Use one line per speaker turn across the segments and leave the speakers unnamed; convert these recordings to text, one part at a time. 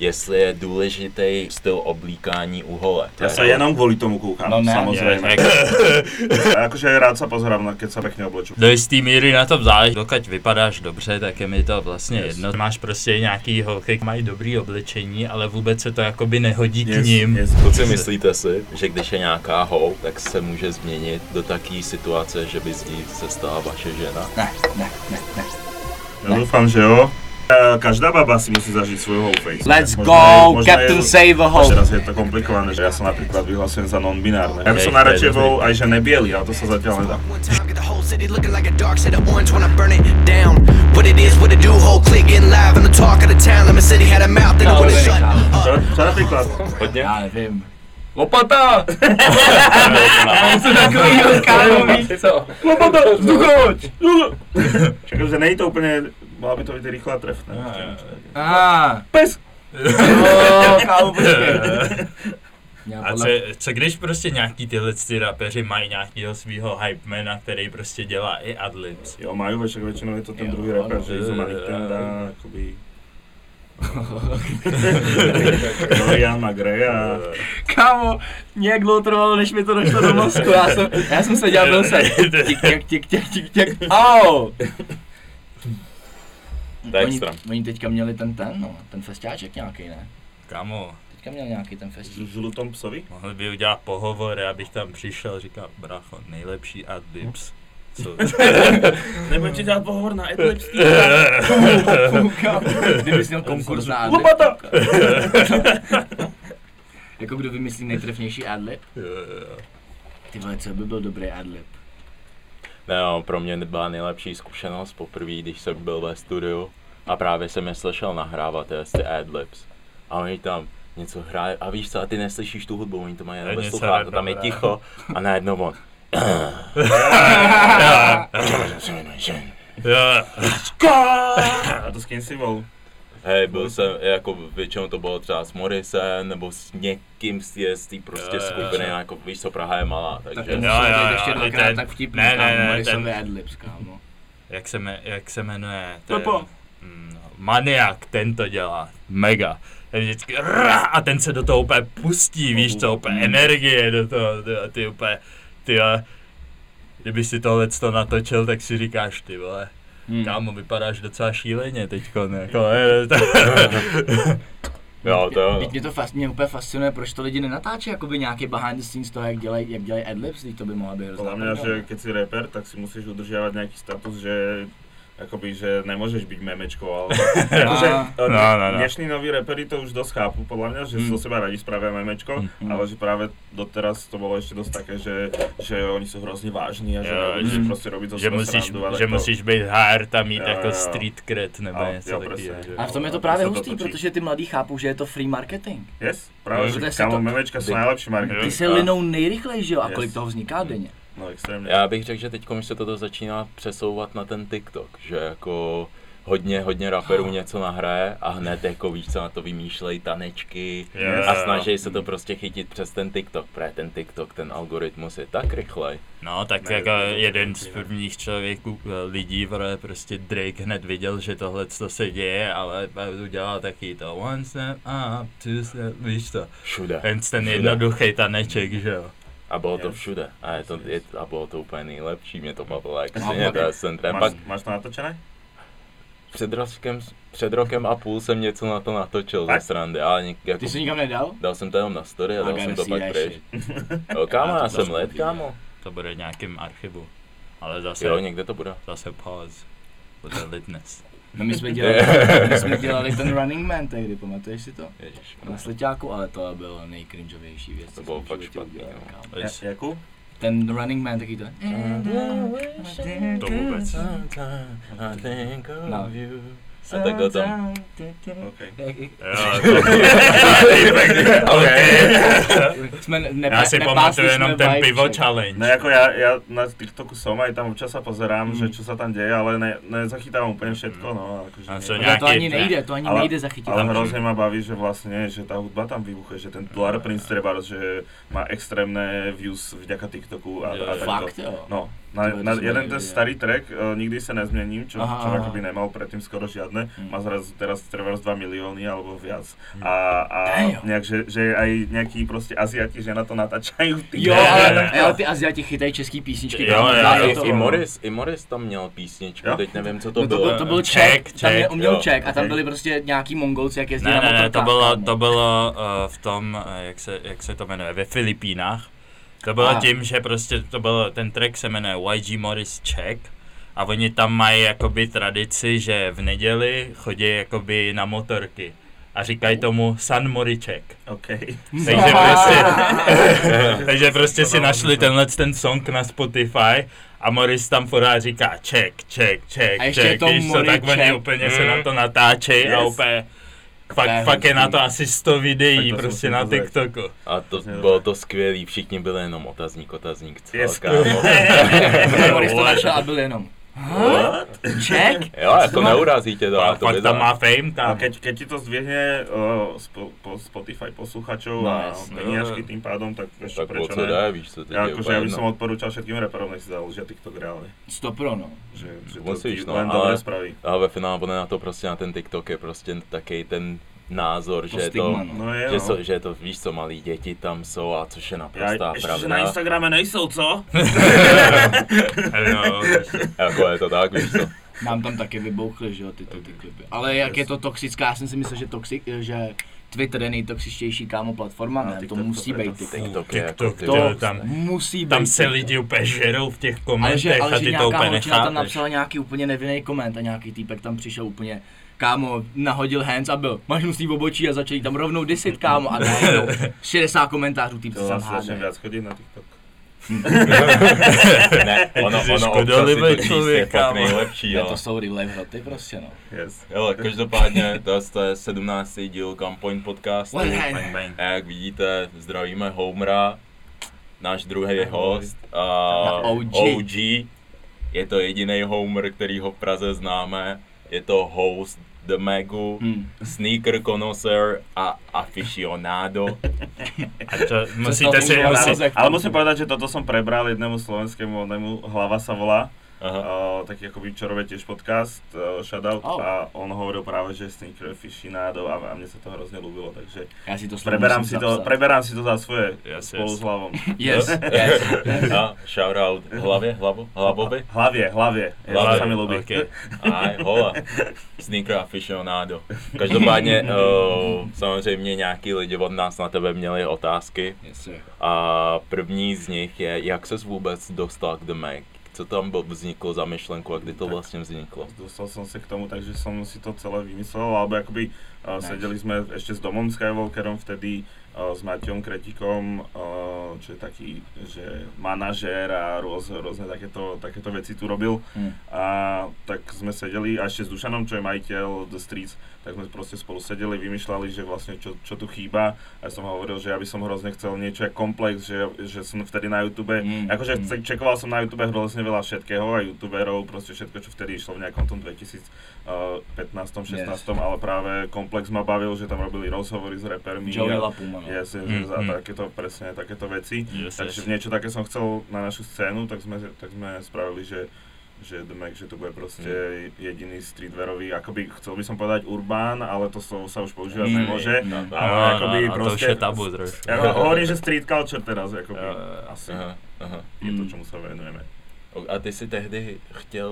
jestli je důležitý styl oblíkání u hole.
Já se jenom kvůli tomu koukám,
No
no
ne,
ne,
Je,
samozřejmě.
jak,
Já jakože rád se pozerám na keď sa pekne obleču.
do jistý míry na tom záleží. Dokud vypadáš dobře, tak je mi to vlastně
Yes.
jedno. Máš prostě nějaký holky, mají dobrý oblečení, ale vůbec se to jakoby nehodí k
Yes,
ním.
yes.
Kluci, myslíte si, že když je nějaká hou, tak se může změnit do takové situace, že by z ní se stala vaše žena?
Ne, ne, ne, ne.
Já doufám, že jo. Eh, Každá baba si musí zažít svůj whole face.
Let's
Možná
go,
je- možná
Captain
je-
Save a Hope.
Teraz je to komplikované, že ja sa napríklad vyhlasujem za non-binárne. Ja by som
Hej,
najradšej
to je
bol aj že nebielý, ale to sa zatiaľ nedá.
One time, get the whole city looking like a dark set of orange when I burn it down. What it is, what it do, whole clique getting live on the talk of the town. Lemon City had a mouth, they don't wanna
Dobrý,
shut
kámo.
Čo, čo napríklad?
Hodně?
Já nevím. Lopata!
Co takovýho kámo víš co?
Však že není to úplne, mala by to byť rýchla trefné.
A.
Ah.
Pes!
Jo, kámo, počkej. Já
A co,
podle...
co když prostě nějaký tyhle ty rapeři mají nějakýho svého hypemana, který prostě dělá i adlibs?
Jo, majú, veď však väčšinou je to ten
Jo,
druhý rapper, že
no,
Izo Malik
eh,
ten dá, akoby... Dorian Magre a...
Kámo, nějak dlouho trvalo, než mi to došlo do mozku. Já jsem, já jsem se dělal, byl jsem. Tik, tik, tik, tik, tik, tik. Au!
To je
Oni,
extra.
oni teďka měli ten ten, no, ten festiáček nějaký, ne?
Kamo,
Teďka měl nějaký ten
S
festiáček.
žlutom psovi?
mohli by udělat pohovor, já bych tam přišel, říkal, bracho, nejlepší adlibs. Co?
Nebudem ti dělat pohovor na epilepsii.
Kámo, kdybys měl konkurs na adlib.
Lopata!
Jako kdo vymyslí nejtrefnější adlib? Ty vole, co by byl dobrý adlib?
Ne, no, pro mě byla nejlepší zkušenost poprvé, když jsem byl ve studiu a právě jsem je slyšel nahrávat tyhle ty adlibs. A oni tam něco hraje a víš co, a ty neslyšíš tu hudbu, oni to mají jenom ve
nic
slucháku,
se
tam je
nedobrá.
ticho a najednou on.
Jo,
A to s kým si bol?
Hej,
Mhm.
byl jsem, jako většinou to bylo třeba s Morrisem nebo s někým z té- z té prostě
Jo, jo, jo.
skupiny, jako víš co, Praha je malá, takže...
Tak to
Jo,
musel
jo,
být
jo,
ještě
i
dvakrát
ten-
tak vtipný,
ne, ne,
kámo,
ne,
Morrisonové
ten-
adlibs, kámo.
jak, se me, jak se jmenuje? Ten,
Pepo.
Mm, no, Maniak, ten to dělá, mega. Ten vždycky rá, a ten se do toho úplně
Oh,
pustí, víš co,
mm.
úplně energie do toho, ty, ty úplně, ty jo. Kdyby si tohle to natočil, tak si říkáš, ty vole,
Hmm.
kámo, vypadáš docela šíleně teďko, ne? Jako,
Mm.
je, to,
Jo, to jo.
Teď mě to fas, mě úplně fascinuje, proč to lidi nenatáčí jakoby nějaký behind the scenes toho, jak dělají, jak dělají adlibs, když to by mohla být hrozná no.
Podľa mňa, že
prdel.
keď si rapper, tak si musíš udržiavať nejaký status, že akoby, že nemôžeš byť memečkou, ale akože,
No,
no,
no, no.
dnešní noví reperi to už dosť chápu, podľa mňa, že
Mm.
zo seba radi spravia memečko, ale že práve doteraz to bolo ešte dosť také, že, že oni sú hrozne vážni a že
Jo,
nebudeš
že-
si proste robiť zo
že,
seba
musíš,
srandu, ale
že
to-
musíš být hard a mít
Jo, jo,
jako
jo.
street cred nebo
A-
něco
jo,
takového.
prostě.
že?
A v tom je to
No,
právě
se to
hustý,
točí.
protože ty mladí chápou, že je to free marketing.
Yes, práve,
Jo,
že
že se
kamo,
to-
memečka sú najlepší marketing.
Ty se
A-
linou nejrychleji, že jo? A kolik
Yes.
toho vzniká denně?
No, extrémne.
Já bych řekl, že teď se toto začíná přesouvat na ten TikTok, že jako hodně, hodně raperů
No.
něco nahraje a hned jako víš co, na to vymýšlej tanečky
Jo,
a
jo, jo.
snaží se to prostě chytit přes ten TikTok, protože ten TikTok, ten algoritmus je tak rychlej.
No, tak
Ne,
jako
to je to
jeden z
určitě.
prvních člověků, eh, lidí, vole, prostě Drake hned viděl, že tohle co se děje, ale eh, udělal taky to one step up, two step, víš to.
Všude.
Ten, ten jednoduchý taneček, že jo.
A bylo to
Yes.
všude. A, je to, je, a bylo to úplně nejlepší, mě to bavilo, jak
No,
Mám
si mě
taky.
ten trend.
Máš,
Pak
máš to natočené?
před rokem, před rokem a půl jsem něco na to natočil ze
Fakt?
srandy, ale něk, jako,
Ty jsi nikam nedal?
dal jsem to jenom na story a
I
dal
gotta
jsem to
see
pak
that
pryč.
shit.
Jo, kámo,
Já to
já jsem
zase
let,
uvidím.
kámo.
To bude v nějakém archivu. Ale zase,
Jo, někde to bude.
zase pause. Bude litness.
No my jsme dělali, my jsme dělali ten Running Man tehdy, pamatuješ si to?
Ježiš.
Na Sleťáku, ale to bylo nejcringeovější věc. co
To bylo
jsem v
fakt
životě
špatný,
udělal,
no.
kámo.
Víš,
Ja- Jakú?
Ten Running Man taky to.
To vůbec.
No.
A takhle tam.
OK.
Jo, to- okay.
Jsme nepa,
Já si pamatuju jenom ten pivo
No
challenge.
jako ja, ja na TikToku som aj tam občas sa
Mm.
pozerám, že čo sa tam deje, ale ne, nezachytávam úplne všetko, no. Akože
A
nie.
co
Ale to
Nějaký-
ani nejde, to ani
Ale-
nejde zachytit.
ale hrozne ma baví, že vlastne, že tá hudba tam vybuchuje, že ten Dollar Prince treba, že má extrémne views vďaka TikToku a, a takto.
Fakt jo.
No, na,
To je
na jeden
to jsme
ten
nevěděli.
starý track, uh, nikdy se nezměním, čo,
Aha,
čo
aha.
akoby nemal predtým skoro žiadne,
Hmm.
má zrazu teraz treba 2 milióny alebo viac.
Hm.
A, a nejak, že, že aj nejakí proste Aziati, že na to natáčajú. ty
Jo,
vole.
ale,
no.
ale ty Aziati chytají český písničky.
Jo,
tak
jo,
dá
A
jo.
do
i,
toho.
i, Morris, I Morris tam měl písničku,
Jo?
teď nevím, co to
No to,
bylo.
byl, to byl
Čech,
Ček, Ček, tam je
Ček,
uměl
jo.
Ček a tam
Ok.
byli prostě nějaký mongolci, jak jezdí
Ne,
na
ne, ne, to
motorkách,
bylo,
kámo.
to bylo eh, v tom, eh, jak se, jak se to jmenuje, ve Filipínách. To bylo
Aha.
tím, že prostě to bylo, ten track se jmenuje YG Morris Check a oni tam mají jakoby tradici, že v neděli chodí jakoby na motorky a říkají tomu San Moriček.
OK.
Takže prostě, takže
To
prostě si
dává
našli
smysl.
tenhle ten song na Spotify a Morris tam pořád říká check, check, check,
A ještě je
check,
to
víš co, tak
Morris
oni
check.
úplně
Mhm.
se na to natáčejí a
Yes.
úplně
To je
Fakt, fakt je na
hustý.
to asi 100
Tak to
videí
si
prostě
musím
na
pozrieť.
TikToku.
A to
Přesně
bylo
tak.
to skvělý, všichni byli jenom otazník, otazník, cel,
Yes.
kámo.
Boris to našel a byl jenom. Ček?
Jo, jako neurazí tě to, ale
A
to
fakt tam má fame
A
tam.
keď, keď ti to zdvihne uh, spo, po Spotify posluchačov
No,
no, a
jasné.
peniažky tým pádom, tak ešte
Tak o
prečo
co
ne? jako,
jde, víš co, teď
Ja,
je no.
akože,
úplně
ja by som
jedno.
odporúčal všetkým reperom, nech si založia TikTok reálne.
Stopro, no.
Že, že to ti
Musíš, no,
len dobre
ale-
spraví.
Ale ve finále bude na to prostě na ten TikTok je prostě takový ten názor, že
To
je to,
stigma, no.
No je,
že,
no.
so, že je to, víš co, malí děti tam jsou a což je naprostá pravda.
Instagrame nejsou, co?
No,
Jako je to tak, víš co.
Nám tam taky vybouchly, že jo, ty, ty, ty klipy. Ale jak je to toxická, já jsem si myslel, že, toxic, že Twitter je nejtoxičtější kámo platforma,
No,
ne, to
TikTok to
musí
bude
být
to
TikTok.
TikTok je jako
TikTok,
ty
to,
vole.
tam,
Musí být.
tam se
TikTok.
lidi úplně žerou v těch
Hmm,
ale že,
komentech a
ale že
ty to
nějaká
úplně
holčina tam
nechápeš.
napsala nějaký úplně nevinný koment a nějaký týpek tam přišel úplně kámo, nahodil hands a byl, máš muslí v obočí a začali tam rovnou disit, kámo, a najednou 60 komentářů týpci
To
tam
asi začnem
hádali.
viac chodiť na TikTok.
Ne, ono,
Jsi
ono občas si
škodolibý
to číst je fakt
člověk, kámo.
nejlepší,
Ne,
jo.
to jsou real life hroty prostě, no.
Yes.
Jo, každopádně, to, to je 17. díl Gunpoint podcastu.
Well, hey.
Bang, bang.
A jak vidíte, zdravíme Homera, náš druhý host, a
Na OG.
OG. Je to jediný Homer, který ho v Praze známe. Je to host The Magu,
Hm.
Sneaker Connoisseur a Aficionado.
A to
Co
musíte
to
si,
bylo
musí,
naozaj v tom?
Ale musím povedať, že toto som prebral jednému slovenskému onému, Hlava sa volá,
Aha.
uh, taký ako Vinčorové tiež podcast, uh, shoutout,
Oh.
a on hovoril práve, že sneaker fishinádov a, a mne sa to hrozne ľúbilo, takže
Já si to slovo
preberám si,
musím
to,
zapsat.
preberám si to za svoje
Yes,
spolu
yes.
s Hlavom.
Yes, yes.
A shoutout hlavě, hlavu, hlavovi.
Hlavie, hlavie, ja, to
Hlavie,
sa mi ľúbi.
okay.
Aj, hola. Sneaker aficionado. Každopádně, uh, samozřejmě nějaký lidi od nás na tebe měli otázky.
yes sir.
A první z nich je, jak ses vůbec dostal k The Mac? Co tam byl- vzniklo za myšlenku a kdy to vlastně vzniklo?
Dostal som sa k tomu, takže som si to celé vymyslel, alebo akoby uh, sedeli sme ešte s Domom Skywalkerom vtedy, uh, s Maťom Kretikom, uh, čo je taký, že manažér a rôz, rôzne takéto, takéto veci tu robil.
Hm.
A tak sme sedeli, a ešte s Dušanom, čo je majiteľ The Streets, tak sme proste spolu sedeli, vymýšľali, že vlastne čo, čo tu chýba. A ja som hovoril, že ja by som hrozne chcel niečo ako komplex, že, že som vtedy na YouTube, mm,
Mm,
akože mm. čekoval som na YouTube hrozne veľa všetkého a YouTuberov, proste všetko, čo vtedy išlo v nejakom tom 2015, 16, yes. ale práve komplex ma bavil, že tam robili rozhovory s repermi.
Joey
a-
Lapuma, no.
Yes, yes,
Mm,
yes, a
mm.
takéto, presne takéto veci.
Yes,
Takže
yes.
niečo také som chcel na našu scénu, tak sme, tak sme spravili, že že The Mac, že to bude proste
Hmm.
jediný streetwearový, akoby chcel by som povedať urbán, ale to slovo sa už používať
Mm.
nemôže.
Mm.
No,
Ale
no,
akoby
no, to už
proste...
je tabu trošku.
Ja ho- hovorím, že street culture teraz, akoby.
Jo, jo, Hmm. jo.
Asi
Aha, aha.
je to, čomu sa venujeme.
O- A ty si tehdy chtěl,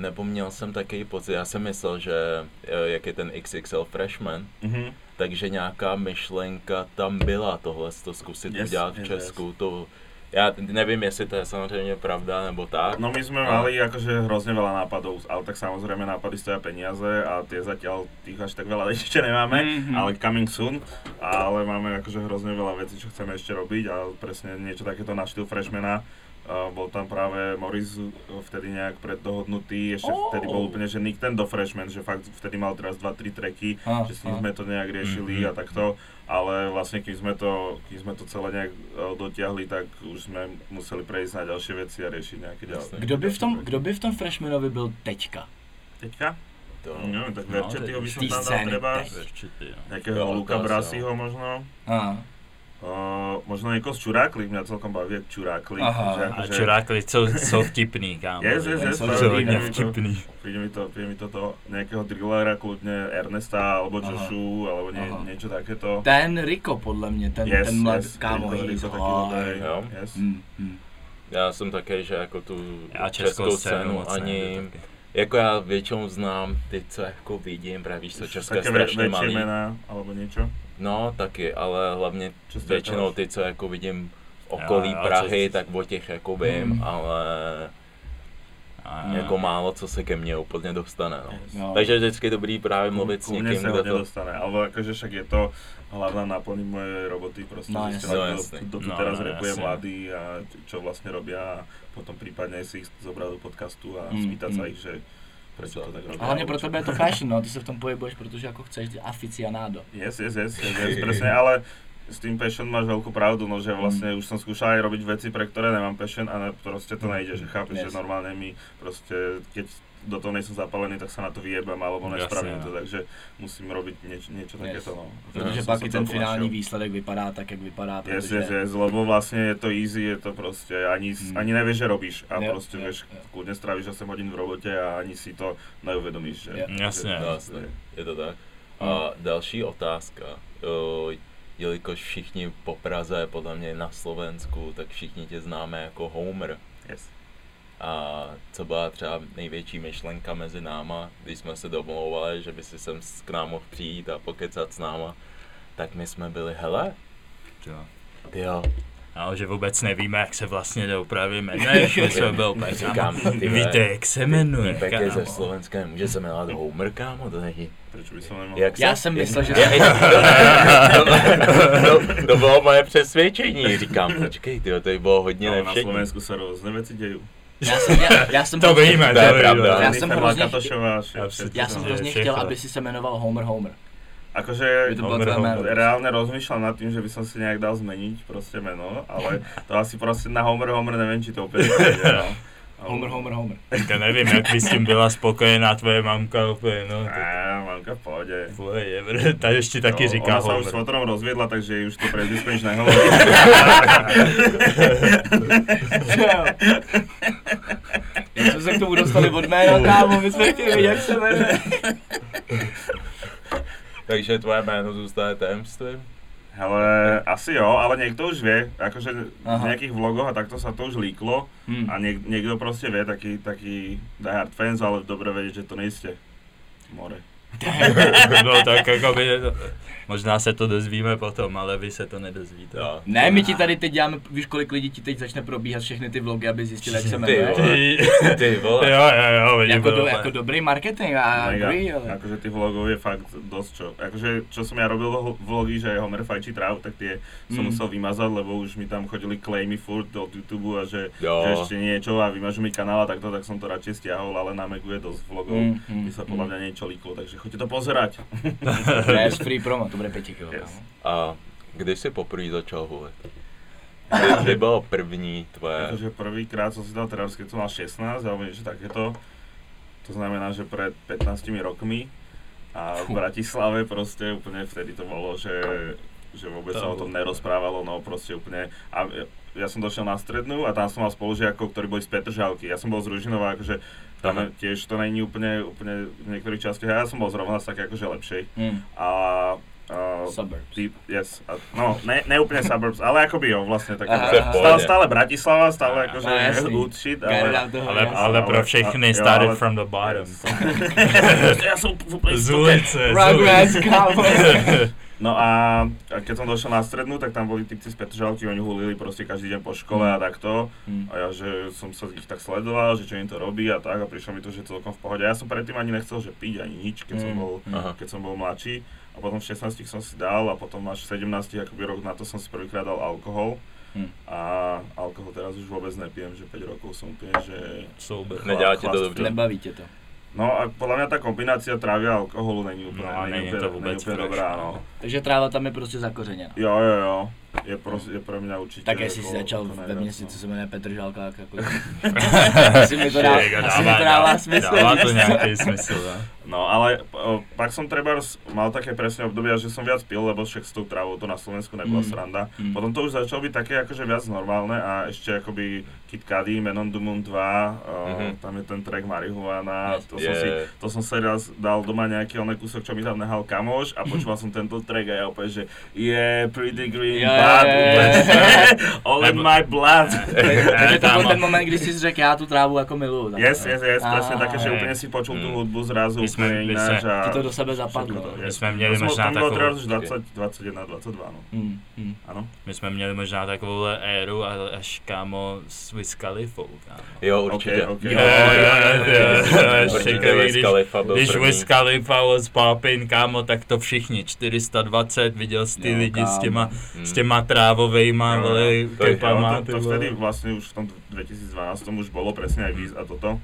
nebo měl jsem takový pocit, já jsem myslel, že eh, jak je ten XXL Freshman,
Mhm.
takže nějaká myšlenka tam byla tohle, to zkusit
Yes,
udělat v
yes,
Česku, to já nevím, jestli to je samozřejmě pravda nebo tak.
No my sme
A-
mali akože hrozne veľa nápadov, ale tak samozrejme nápady stoja peniaze a tie zatiaľ tých až tak veľa ešte nemáme,
Mhm.
ale coming soon, ale máme akože hrozne veľa vecí, čo chceme ešte robiť a presne niečo takéto na štýl freshmana. Uh, bol tam práve Morris uh, vtedy nejak preddohodnutý, ešte
Oh.
vtedy bol úplne, že Nintendo Freshman, že fakt vtedy mal teraz 2-3 tracky,
A,
že s ním
a.
sme to nejak riešili a takto, ale vlastne kým sme to, kým sme to celé nejak e, dotiahli, tak už sme museli prejsť na ďalšie veci a riešiť nejaké ďalšie.
Jasné.
Kdo by v tom, kdo by v tom freshmanovi byl teďka?
Teďka?
To,
No, tak
No,
Verčetyho by
tak
som
z tej
tam dal
scény
treba,
teď.
Určitě, jo.
nejakého
Jo,
Luka
to asi,
Brasiho možno.
A.
Uh, možno niekoho z Čuráklik, mňa celkom baví, jak Čuráklik.
Aha,
že
A
akože-
čurákli jsou, jsou vtipný, kámo.
Yes, yes, yes,
jsou
to je
hodně
vtipný, to-
vtipný.
Príde mi to, príde mi to, to nejakého drillera, kľudne Ernesta, alebo
Aha.
Joshu, alebo nie,
Aha.
niečo takéto.
Ten Rico, podle mě, ten,
yes,
ten mlad,
yes,
kámo,
Rico,
he's
Rico taky
hot.
dobrý,
jo.
yes.
Mm, mm.
Já jsem také, že jako tu
Já
českou, scénu
moc
ani,
nejdu taky.
jako já většinou znám ty, co jako vidím, právě víš, co
Už
Česko je
také
strašně
väčšie
malý.
mená, alebo niečo.
No taky, ale hlavně
Čo ste
většinou
teraz?
ty, co jako vidím v okolí
Jo, jo,
Prahy,
co-
tak o těch jako vím,
Hmm.
ale
A-
jako málo, co se ke mně úplně dostane. No.
Yes.
No.
Takže je vždycky dobrý právě mluvit s
Hmm. Ku mne
někým,
sa
kdo
ho
to...
nedostane, ale akože však je to hlavná náplň mojej roboty, prostě, proste
No,
zistiť,
jasne. No,
kto-
jasne.
kto tu
No,
teraz
no,
repuje
jasne.
mladý a čo vlastne robia a potom prípadne si ich zobrať do podcastu a
Mm,
spýtať sa
mm.
ich, že prečo to tak robia.
A hlavně
alebo
pro
čo.
tebe je to fashion, no, ty se v tom pohybuješ, protože jako chceš ty aficionado.
Yes, yes, yes, yes, yes presne, ale s tým passion máš veľkú pravdu, no že vlastne už som skúšal aj robiť veci, pre ktoré nemám passion a ne, proste to nejde, že chápeš, že
Yes.
normálne mi proste, keď do toho nejsem zapálený, tak sa na to vyjebem alebo
Jasne,
nespravím
no.
to, takže musím robiť nieč, niečo
Yes.
takéto. No.
Protože
Som
pak
sa
i ten
celkom
finální
našiel.
výsledek vypadá tak, jak vypadá,
Yes,
protože...
yes, yes, lebo vlastne je to easy, je to proste, ani, s-
Mm.
ani nevieš, že robíš a prostě
Jo,
proste
jo,
vieš,
jo.
kľudne stráviš 8 hodín v robote a ani si to neuvedomíš, že...
Jo.
Jasne.
No, jasně, je to tak.
Hmm.
A další otázka. O, jelikož všichni po Praze, podle mě na Slovensku, tak všichni tě známe jako Homer.
Yes.
A co byla třeba největší myšlenka mezi náma, když jsme se domlouvali, že by si sem s- k nám mohl přijít a pokecat s náma, tak my jsme byli, hele,
Jo.
ty jo,
Ale že vůbec nevíme, jak se vlastně doopravy jmenuješ, my jsme byl úplně kámo.
říkám, ty vole,
Víte, jak se jmenuje,
týpek je ze
kámo.
Slovenska, nemůže se jmenovat Homer, kámo, to není.
Prečo by som nemal...
Jak
Já
se-
jsem
jak-
myslel, že-
Já- já- to, to, to bylo moje přesvědčení, říkám, počkej, tyjo, to bylo hodně
Ale No, na
nevšední.
Slovensku sa rôzne veci dejú.
Já jsem, já, já jsem
To
prostě-
víme,
To je
to víme.
pravda.
Já
Já
jsem
jsem
hrozně-
hrozně... Katošová,
Absolutně.
Já jsem hrozně
Všechno.
chtěl, aby si se jmenoval Homer Homer.
Akože
By to bylo
Homer,
tvé jméno.
Homer.
reálne rozmýšľam no, nad tým, že by som si nejak dal zmeniť proste meno, ale to asi proste na Homer Homer neviem, či to úplně pôjde, no. Ale-
Homer Homer Homer.
To nevím, jak by s tím byla spokojená tvoje mamka úplně, no. to-
Á, mamka v pohode.
Tvoje je, br- ta ještě taky
No,
říká
Ona sa už s
Homer.
Fotorom rozviedla, takže jej už to prezdisko nič nehovorí.
Jak jsme se k tomu dostali od jména, kámo, my jsme chtěli vědět, jak se jmenuje.
Takže tvoje jméno zůstane tajemstvím?
Hele, asi jo, ale niekto už vie, akože v
Aha.
nejakých vlogoch a takto sa to už líklo
Hmm.
a prostě niek- niekto proste vie, taký, taký diehard fans, ale dobre vedieť, že to nejste. More.
No tak jako by, možná se to dozvíme potom, ale vy se to nedozvíte.
Jo.
Ne, my ti tady teď děláme, víš kolik lidí ti teď začne probíhat všechny ty vlogy, aby zjistil, jak se
Ty
jmenuje.
vole.
Ty-
Ty vole.
Jo, jo, jo, vidím,
Jako, do,
bylo-
jako dobrý marketing, a
Mega.
agree, ale...
Akože tých vlogov je fakt dosť čo. Akože čo som ja robil vo- vlogy, že Homer fajčí trávu, tak tie som
Mm.
musel vymazať, lebo už mi tam chodili claimy furt od YouTube a že,
No.
že
Jo.
ešte niečo a vymažu mi kanál a takto, tak som to radšej stiahol, ale na Macu je dosť vlogov.
Mm,
Mm.
mm,
sa podľa mňa niečo líklo, takže choďte to pozerať.
To je free promo, to bude pěti kilo,
Yes.
kámo.
A kdy jsi poprvé začal hulit? Kdy- Kdy bylo první tvoje...
Takže prvýkrát som si dal teraz, keď som mal 16 alebo niečo takéto. To znamená, že pred 15 rokmi a v Bratislave proste úplne vtedy to bolo, že, že vôbec
To
sa o tom nerozprávalo, no proste úplne. A ja- ja som došiel na strednú a tam som mal spolužiakov, ktorí boli z Petržalky. Ja som bol z Ružinova, akože tam
Aha.
tiež to není úplne, úplne v niektorých častiach. Ja som bol zrovna z také akože lepšej.
Hmm.
A, a
Suburbs.
Ty, yes, a, no, ne, ne úplne suburbs, ale akoby jo, vlastne tak.
Aha,
Stále,
aha.
stále, stále Bratislava, stále akože
No, jasný.
good shit,
Get it
ale...
out the hood,
Ale,
yes.
ale pro všechny started from the bottom.
Yes. ja som úplne
Z ulice, z
Rugrats,
ulice.
kámo.
No a, a keď som došiel na strednú, tak tam boli typci z Petržalky, oni hulili proste každý deň po škole a takto.
Hmm.
A ja, že som sa ich tak sledoval, že čo im to robí a tak a prišlo mi to, že celkom v pohode. Ja som predtým ani nechcel, že piť ani nič, keď som
Mm.
bol
Aha.
keď som bol mladší a potom v 16 som si dal a potom až v 17 akoby rok na to som si prvýkrát dal alkohol
Hm.
a alkohol teraz už vôbec nepijem, že 5 rokov som úplne, že...
Sober.
Nedělá ti to
chlast-
dobře.
Nebaví tě to.
No a podľa mňa tá kombinácia trávy a alkoholu není úplne,
No a není to
úplne,
vôbec
není úplne
fresh,
dobrá,
no.
no.
Takže tráva tam je prostě zakořeněna.
Jo, jo, jo. je pro, je pro mě určitě
Tak jestli
jako
jsi začal
to
ve
nejvíc,
měsíci,
no.
co se jmenuje Petr Žálka, tak jako... asi mi to, dá,
Že jako
asi mi to dává smysl.
Dává to nějaký smysl, ne?
No ale o, pak som treba mal také presne obdobia, že som viac pil, lebo však s tou trávou to na Slovensku nebola
Hm.
Mm.
mm. sranda.
Mm.
Mm. Potom to už začalo byť také akože viac normálne a ešte akoby Kid Cudi, Men on the Moon 2, o,
Mhm.
mm-hmm. tam je ten track Marihuana, to, som si,
Je.
to som si raz dal doma nejaký oný kúsok, čo mi tam nehal kamoš a počúval som tento track a ja opäť, že yeah, pretty green,
Jo, jo,
bad,
jo, jo,
all in my blood.
Takže to byl
Eh, Kámo.
ten moment, kdy jsi řekl, já tu trávu jako miluju. tak.
Yes, yes, yes, presne
Á.
také, že úplne si počul tú
Mm.
hudbu zrazu,
My sme-
úplne
my
ináč.
sme-
a-
Ti to do sebe zapadlo.
Všechno to,
no.
je.
My jsme měli
To jsme-
možná
tam bylo
takovou,
třeba už 20, 21, 22, no.
Mm, mm.
Ano.
my jsme měli možná takovouhle éru a- až kámo s Wiz Khalifou, kámo.
Jo,
OK,
určitě.
OK.
Jo, jo, jo, jo, ještě
Určitě
když-
Wiz Khalifa byl
Když
první.
Wiz Khalifa was poppin', kámo, tak to všichni, 420, viděl jsi ty
Jo,
lidi s
kámo.
těma,
Hmm.
s těma trávovejma,
Jo, jo.
vole,
To je-
kepama,
Jo,
ty
to, to
vole.
vtedy vlastne už v tom 2012 už bolo presne aj víz a toto.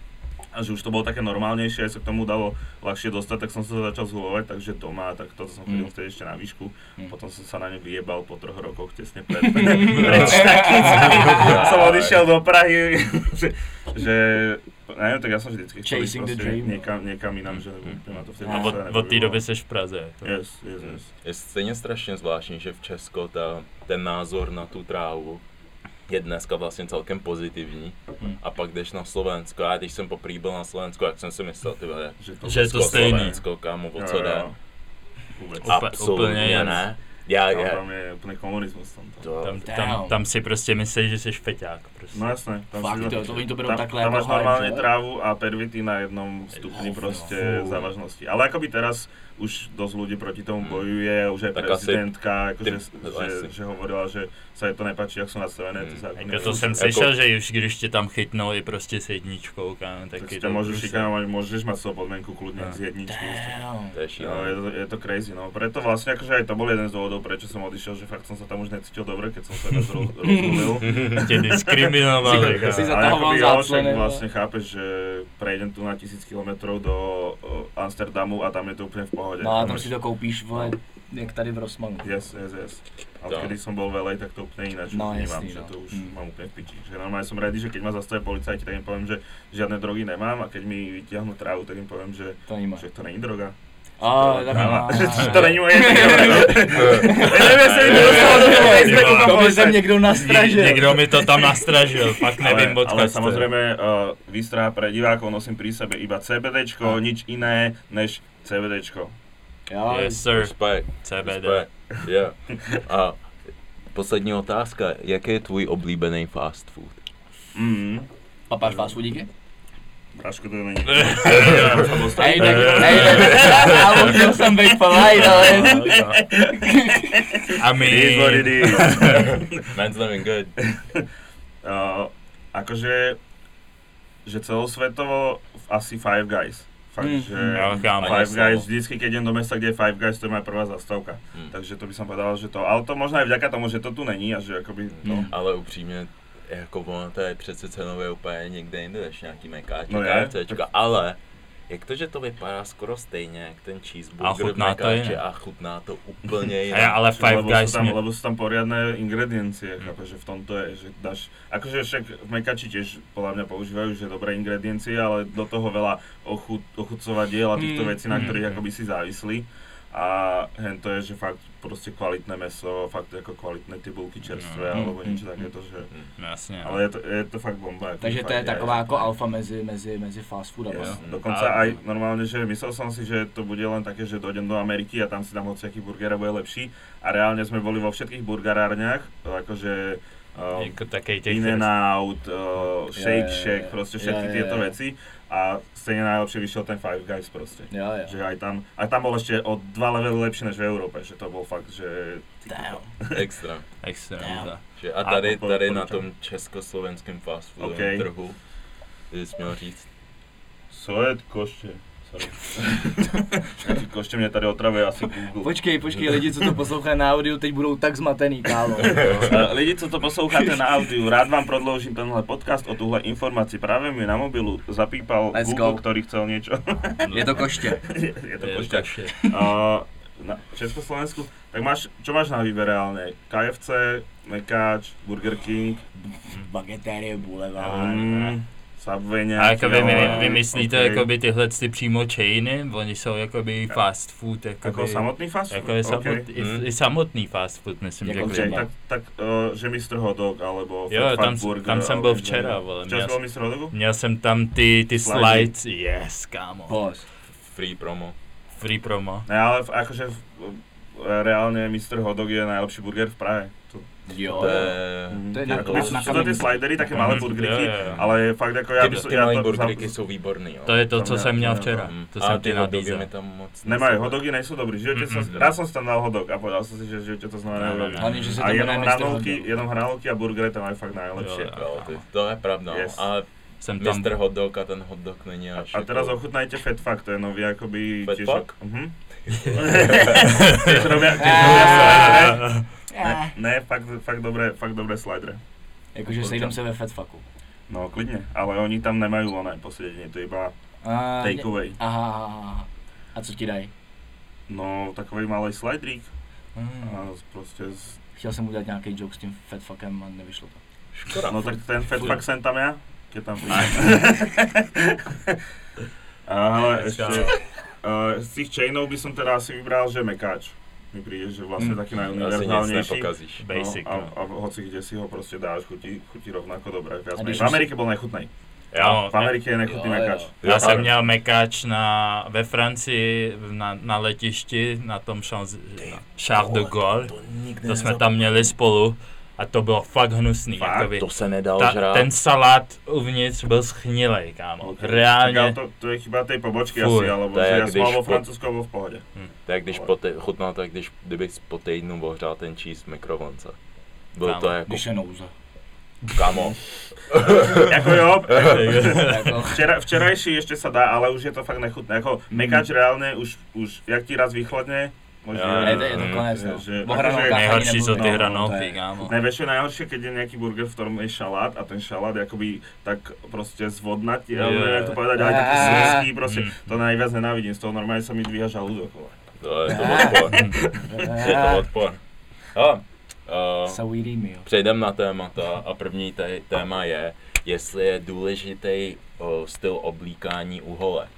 A že už to bolo také normálnejšie, aj sa k tomu dalo ľahšie dostať, tak som sa začal zhulovať, takže doma, tak toto som chodil
Mm.
vtedy ešte na výšku.
Mm.
Potom som sa na ňu vyjebal po troch rokoch tesne pred. pred štaticami. som odišiel do Prahy, že, že neviem, tak ja som vždycky prostě chcel ísť
Chasing the
proste
dream.
niekam, niekam inam, že
Mm.
úplne ma to vtedy
A
Od,
naozaj
od té
nebavilo.
doby jsi v Praze. jako. To-
Yes, yes, yes.
Je stejně strašně zvláštní, že v Česku ta, ten názor na tu trávu je dneska vlastně celkem pozitivní.
Hmm.
Mhm.
A pak jdeš na Slovensko. Já když jsem poprý byl na Slovensku, jak jsem si myslel, ty vole,
Že je to
Česko,
stejný.
Slovensko, kámo, o co
Jo,
jde.
jo, jo. Vůbec.
A- úplně
Absolutně
jen.
ne. Já,
Tam,
já,
tam je úplný komunismus tam. tam.
to,
Tam,
Damn.
tam, tam si prostě myslíš, že jsi feťák. Prostě.
No jasné. Tam
Fakt,
si-
to, to oni to berou
tam,
takhle
tam máš
jako hype,
normálne
že?
trávu a pervity na jednom stupni
Hovno.
prostě
Fú.
závažnosti. Ale akoby teraz už dosť ľudí proti tomu
Hmm.
Mm.
bojuje, už aj
Tak asi
prezidentka, akože,
ty-
no,
že,
asi.
že, hovorila, že sa jej to nepáči, jak sú nastavené
Hmm.
ty
Mm.
zákony.
Jako to jsem
Jako-
slyšel, že už když tě tam chytnou i prostě s jedničkou, kámo, tak,
tak
je
si ťa
to
môžu
prostě-
šikanovať, môžeš mať z toho podmienku kľudne
No.
z jedničky.
Hmm. Damn.
to je
No,
šílené.
je, to, je to crazy, no. Preto vlastne akože aj to bol jeden z dôvodov, prečo som odišiel, že fakt som sa tam už necítil dobre, keď som sa raz roz, rozlúbil.
Tě jako. diskriminovali,
Jsi-
kámo.
jsi za-
Ale
zatahoval
akoby jo,
záclony,
však
no.
vlastne chápeš, že prejdem tu na tisíc kilometrov do eh, Amsterdamu a tam je to úplne v pohode.
No a tam si to koupíš, vole, jak tady v Rosmanu.
Yes, yes, yes. A
Tak.
odkedy som bol velej, tak to úplne ináč
No,
vnímam,
jasný,
že
no.
to už
Mm.
mám úplne v piči. Že normálne som rady, že keď ma zastavia policajti, tak im poviem, že žiadne drogy nemám a keď mi vytiahnu trávu, tak im poviem, že
To není moje.
však to není droga.
No. A, tak
Tráva.
má.
Že to není moje. Neviem, sa mi to dostalo do toho Facebooku,
Ty vole.
To
policajti.
by se někdo nastražil.
Někdo mi to tam nastražil, pak nevím,
ale,
odkud
ale
jste.
samozrejme, uh, výstraha pre divákov nosím pri sebe iba CBDčko, nič iné než CBDčko.
Jo,
Yes sir,
Respekt,
CBD.
respekt. Yeah. A poslední otázka. Jaký je tvůj oblíbený fast food?
Mm,
papáš vás udíky?
Braško to není. Ja už som bol starý.
Hej, tak, hej, tak, já chtěl jsem být polite, ale...
A
It is what it
my...
is.
Man's living good.
Uh, akože, že celosvetovo asi Five Guys. Fakt,
Mm.
že
Jo, kámo.
Five
slovo.
no.
Guys, vždycky keď idem do mesta, kde je Five Guys, to je moja prvá zastávka.
Mm.
Takže to by som povedal, že to, ale to možno aj vďaka tomu, že to tu není a že akoby,
Mhm.
no,
Ale upřímně, jako ono to je přece cenově úplně někde jinde, než nějaký mekáček,
No
no
je,
KFCčka, ale jak to, že to vypadá skoro stejně, jak ten
A
cheeseburger v
chutná to
mekáči
jinak.
a chutná to úplně
A já,
jinak.
ale Five
lebo
Guys
sú tam,
mě...
lebo sú tam poriadne
Mhm.
ingrediencie, akože v tomto je, že dáš, akože však v Mekači tiež podľa mňa používajú, že dobré ingrediencie, ale do toho veľa ochut, ochucovadiel a týchto
Mm.
vecí, na
Mm.
ktorých akoby si závislí. A hen to je, že fakt proste kvalitné meso, fakt ako kvalitné tie bulky čerstvé,
Mm.
alebo
Mm.
niečo takéto, že...
Hm,
No, jasně.
Ale je to, je to fakt bomba. akože
Mhm. Takže to
fakt
je taková
že-
jako alfa mezi, mezi, mezi fast food a
Jo,
vlastně.
Dokonca
A-
aj normálne, že myslel som si, že to bude len také, že dojdem do Ameriky a tam si dám hociaký burger a bude lepší. A reálne sme boli vo všetkých burgerárniach, akože uh,
Jako takej těch...
in and out, uh, Shake
Jo, jo, jo,
Shack,
jo.
proste
Jo,
všetky
jo, jo.
tieto veci. A stejne najlepšie vyšiel ten Five Guys proste.
Jo, jo.
Že aj tam, aj tam bol ešte o dva levely lepšie než v Európe, že to bol fakt, že...
Damn.
Extra.
Extra.
Damn.
Že a
A
tady,
po-
tady
po-
na
po-
tom československém fast foodovém
Ok.
trhu, kdyby jsi měl říct,
Svet, košte. Sorry. Ty košte mne tady otravuje asi Google.
Počkej, počkej, lidi, co to poslouchají na audio, teď budou tak zmatený, kámo.
Eh, Lidi, co to posloucháte na audiu, rád vám prodloužím tenhle podcast o tuhle informaci. Právě mi na mobilu zapípal
Let's
Google,
go.
který chcel něco.
Je to koště.
je to
Je
počkej.
to
Uh, na Československu, tak máš, čo máš na výber reálne? KFC, Mekáč, Burger King,
Bagetérie, bulevár.
um, Subway
Mm. A
nejaký,
jako vy, vy,
ale-
vy myslíte
OK.
okay. jakoby tyhle ty přímo chainy, oni jsou jakoby fast food, jakoby,
Ako Jako samotný fast food?
jako je samot,
OK. Hmm.
i,
Mhm.
i, samotný fast food, myslím,
Jako
jako
Že,
že
včera.
byl.
tak, tak uh, že Mr. Hot Dog, alebo
Jo,
Fat Fat
tam s-
Burger,
tam jsem
alebo
byl
něco
včera,
jiného.
vole,
Včera
měl
jsi byl Mr. Hot Dogu?
Měl jsem tam ty, ty
Slidy.
slides, yes, kámo,
Pos.
Free promo.
free promo.
Ne, ale v, akože v, e, reálne Mr. Hot Dog je najlepší burger v Prahe. To,
Jo.
To je...
mm,
to je
akoby
na-
sú,
na
sú to tie
kameni.
slidery, také
Mhm,
malé
jo,
burgeriky,
jo, jo.
ale je fakt ako ja by
Ty,
som...
ty
ja
malý
to-
burgeriky jsou výborný, jo.
To je to,
Tam
co
já-
jsem měl
já-
včera,
Mm.
to
A
jsem
ty
ti
hodogy
nabízel.
mi tam moc
Nemajú,
nesedí.
hot dogy nejsú dobrý. V živote som,
Mhm.
raz som tam dal hot dog a povedal som si, že v živote to znova
Ne,
neurobím.
ne, ne.
Hlavně, že se
A
to
jenom
jmenuje Mr. Hot
hranolky,
Dog.
jenom hranolky a burgery tam majú fakt najlepšie.
Jo,
Jo, ty, to je pravda, no.
Yes.
yes. ale
Jsem tam,
Mr. Hot Dog a ten hot dog není až
A teraz
jako...
ochutnajte Fat Fuck, to je nový akoby...
Fat
tiež-
Fuck?
Mhm. Tiež robia, tiež robia slidere. Ne, ne, fakt, fakt dobré, fakt dobré slidere.
Eh. Jakože sejdem se ve Fatfaku.
No klidne, ale oni tam nemajú oné posiedenie, to je iba
A, ne-
takeaway.
Aha, aha, aha. A co ti dají?
No takový malý slidrík
Mhm.
Mm.
a prostě z...
Chtěl jsem udělat nějaký joke s tím Fatfakem a nevyšlo to.
Škoda.
No tak ten fedpak jsem tam já, keď tam prídem. Ale ešte, eh, z tých chainov by som teda asi vybral, že Mekáč. Mi přijde, že vlastně taky
Asi nic
najuniverzálnější.
nepokazíš.
basic,
no, a,
no.
a hoci kde si ho prostě dáš, chutí, chutí rovnako dobré. Viac
A
menej.
když
v
už-
Amerike byl nechutnej.
No, Jo,
v Amerike je nechutný
Jo, jo.
Mekáč.
Já jsem
ale-
měl mekáč na, ve Francii na, na letišti, na tom Champs, na Charles de Gaulle.
To nikdy
To jsme tam měli spolu a to bylo fakt hnusný.
Fakt?
jakoby.
To se nedal
Ta,
žrát.
ten salát uvnitř byl schnilej, kámo.
Ok. Tak ale
Reálně.
to, to je chyba tej pobočky
Fuj,
asi, alebo
to je
že
jak
ja som
když
mal vo
po-
Francúzsku, alebo v pohode.
Tak když po te, chutnal, tak když kdyby po týdnu ohřál ten číst v mikrovlnce. Byl
Kámo,
to jako
Když je nouze.
kamo.
Jako jo,
Jako,
Včera, včerajší ešte sa dá, ale už je to fakt nechutné. Ako mekáč
Hmm.
reálne už, už jak ti raz vychladne, môžeš
Jo,
vyhrať.
je to, je to konec, no.
Že- že-
O hranolkách ani
Nejhorší jsou
nemluvím.
ty
no,
hranolky,
to je-
kámo.
Najväčšie najhoršie, keď je nejaký burger, v ktorom je šalát a ten šalát je akoby tak proste zvodnatý, yeah.
Je.
neviem jak to povedať, ale taký
Á.
slizký proste.
Hmm.
Mm.
To najviac nenávidím, z toho normálne sa mi dvíha žalúdok. vole.
To je to odpor. je to odpor. Hele, eh,
Saurí mi, jo.
přejdem na témata a první té- téma je, jestli je důležitý eh, styl oblíkání u holek.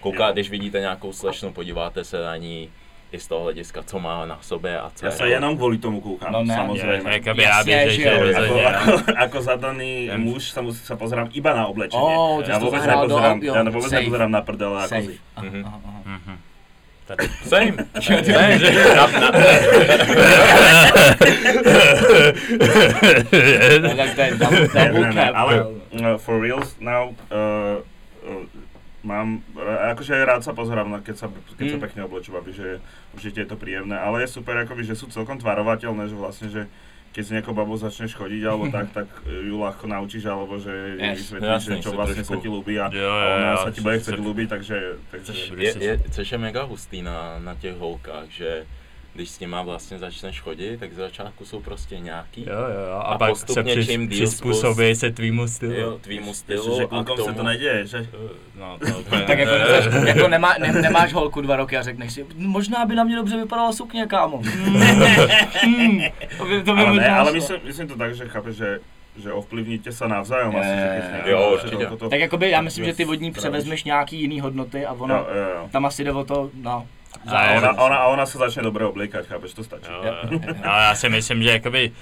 Kouká,
Jo.
když vidíte nějakou slečnu, podíváte se na ní i z toho hlediska, co má na sobě a co
Ja
je-
sa jenom kvôli tomu kúkam,
No ne.
samozrejme.
Je, jakoby já
Jasně,
bych
že
řekl,
jo. jako-
že
Ako,
rozhodně.
ako, ako jako zadaný muž sa, musí, sa pozerám iba na oblečenie.
Ó, Oh, ty
ja
si to
vôbec
zahral do-
nepozerám,
jo,
ja vôbec
safe.
nepozerám na prdele jako- a kozy.
Safe. Aha,
Mhm.
aha, aha.
Mhm.
Same. Same. Na- na-
No, tak to je double-
Ne,
double
ne, ne,
cap,
ale
jo.
uh, for reals now uh, uh, mám, uh, akože rád sa pozerám, na, keď sa, keď sa
Mm.
pekne oblečú, aby že určite je to príjemné, ale je super akoby, že sú celkom tvarovateľné, že vlastne, že keď si nejakou babou začneš chodiť alebo tak, tak ju ľahko naučíš, alebo že jej
Yes,
vysvetlíš, že
jasný,
čo
si
vlastne
trošku-
sa ti ľúbi a,
Jo,
a
jo,
ona
jo,
sa ti bude
si-
chcieť
si-
ľúbiť, takže, takže
Chceš-
je, je, což je mega hustý na, na těch holkách, že když s nima vlastně začneš chodit, tak z začátku jsou prostě nějaký.
Jo, jo, jo.
A
A pak se
postupně
při,
čím díl
přizpůsobí se tvýmu
Jo,
stylu.
tvýmu
Ešte,
stylu
že
a k
klukom sa to
tomu...
nedieje, že?
No, to úplně
Tak jako,
ne.
nemáš, jako nemá, ne, nemáš holku dva roky a řekneš si, možná by na mě dobře vypadala sukně, kámo. Hmm. Hmm. To by, to by
Ale, ne,
možná
ale
šlo.
myslím, myslím to tak, že chápeš, že, že ovplyvníte sa navzájom
Je,
asi, že keď
je,
si-
jo,
že
určitě.
toľko to-
Tak jakoby já myslím, že ty
Yes,
od ní
spravíš.
převezmeš nějaký jiný hodnoty a
Jo,
ona,
No, jo, jo.
tam asi jde o to, no.
A
A
jo,
ona, ona, a ona sa začne dobre obliekať, chápeš, to stačí.
Jo, jo. No, já si myslím, že jakoby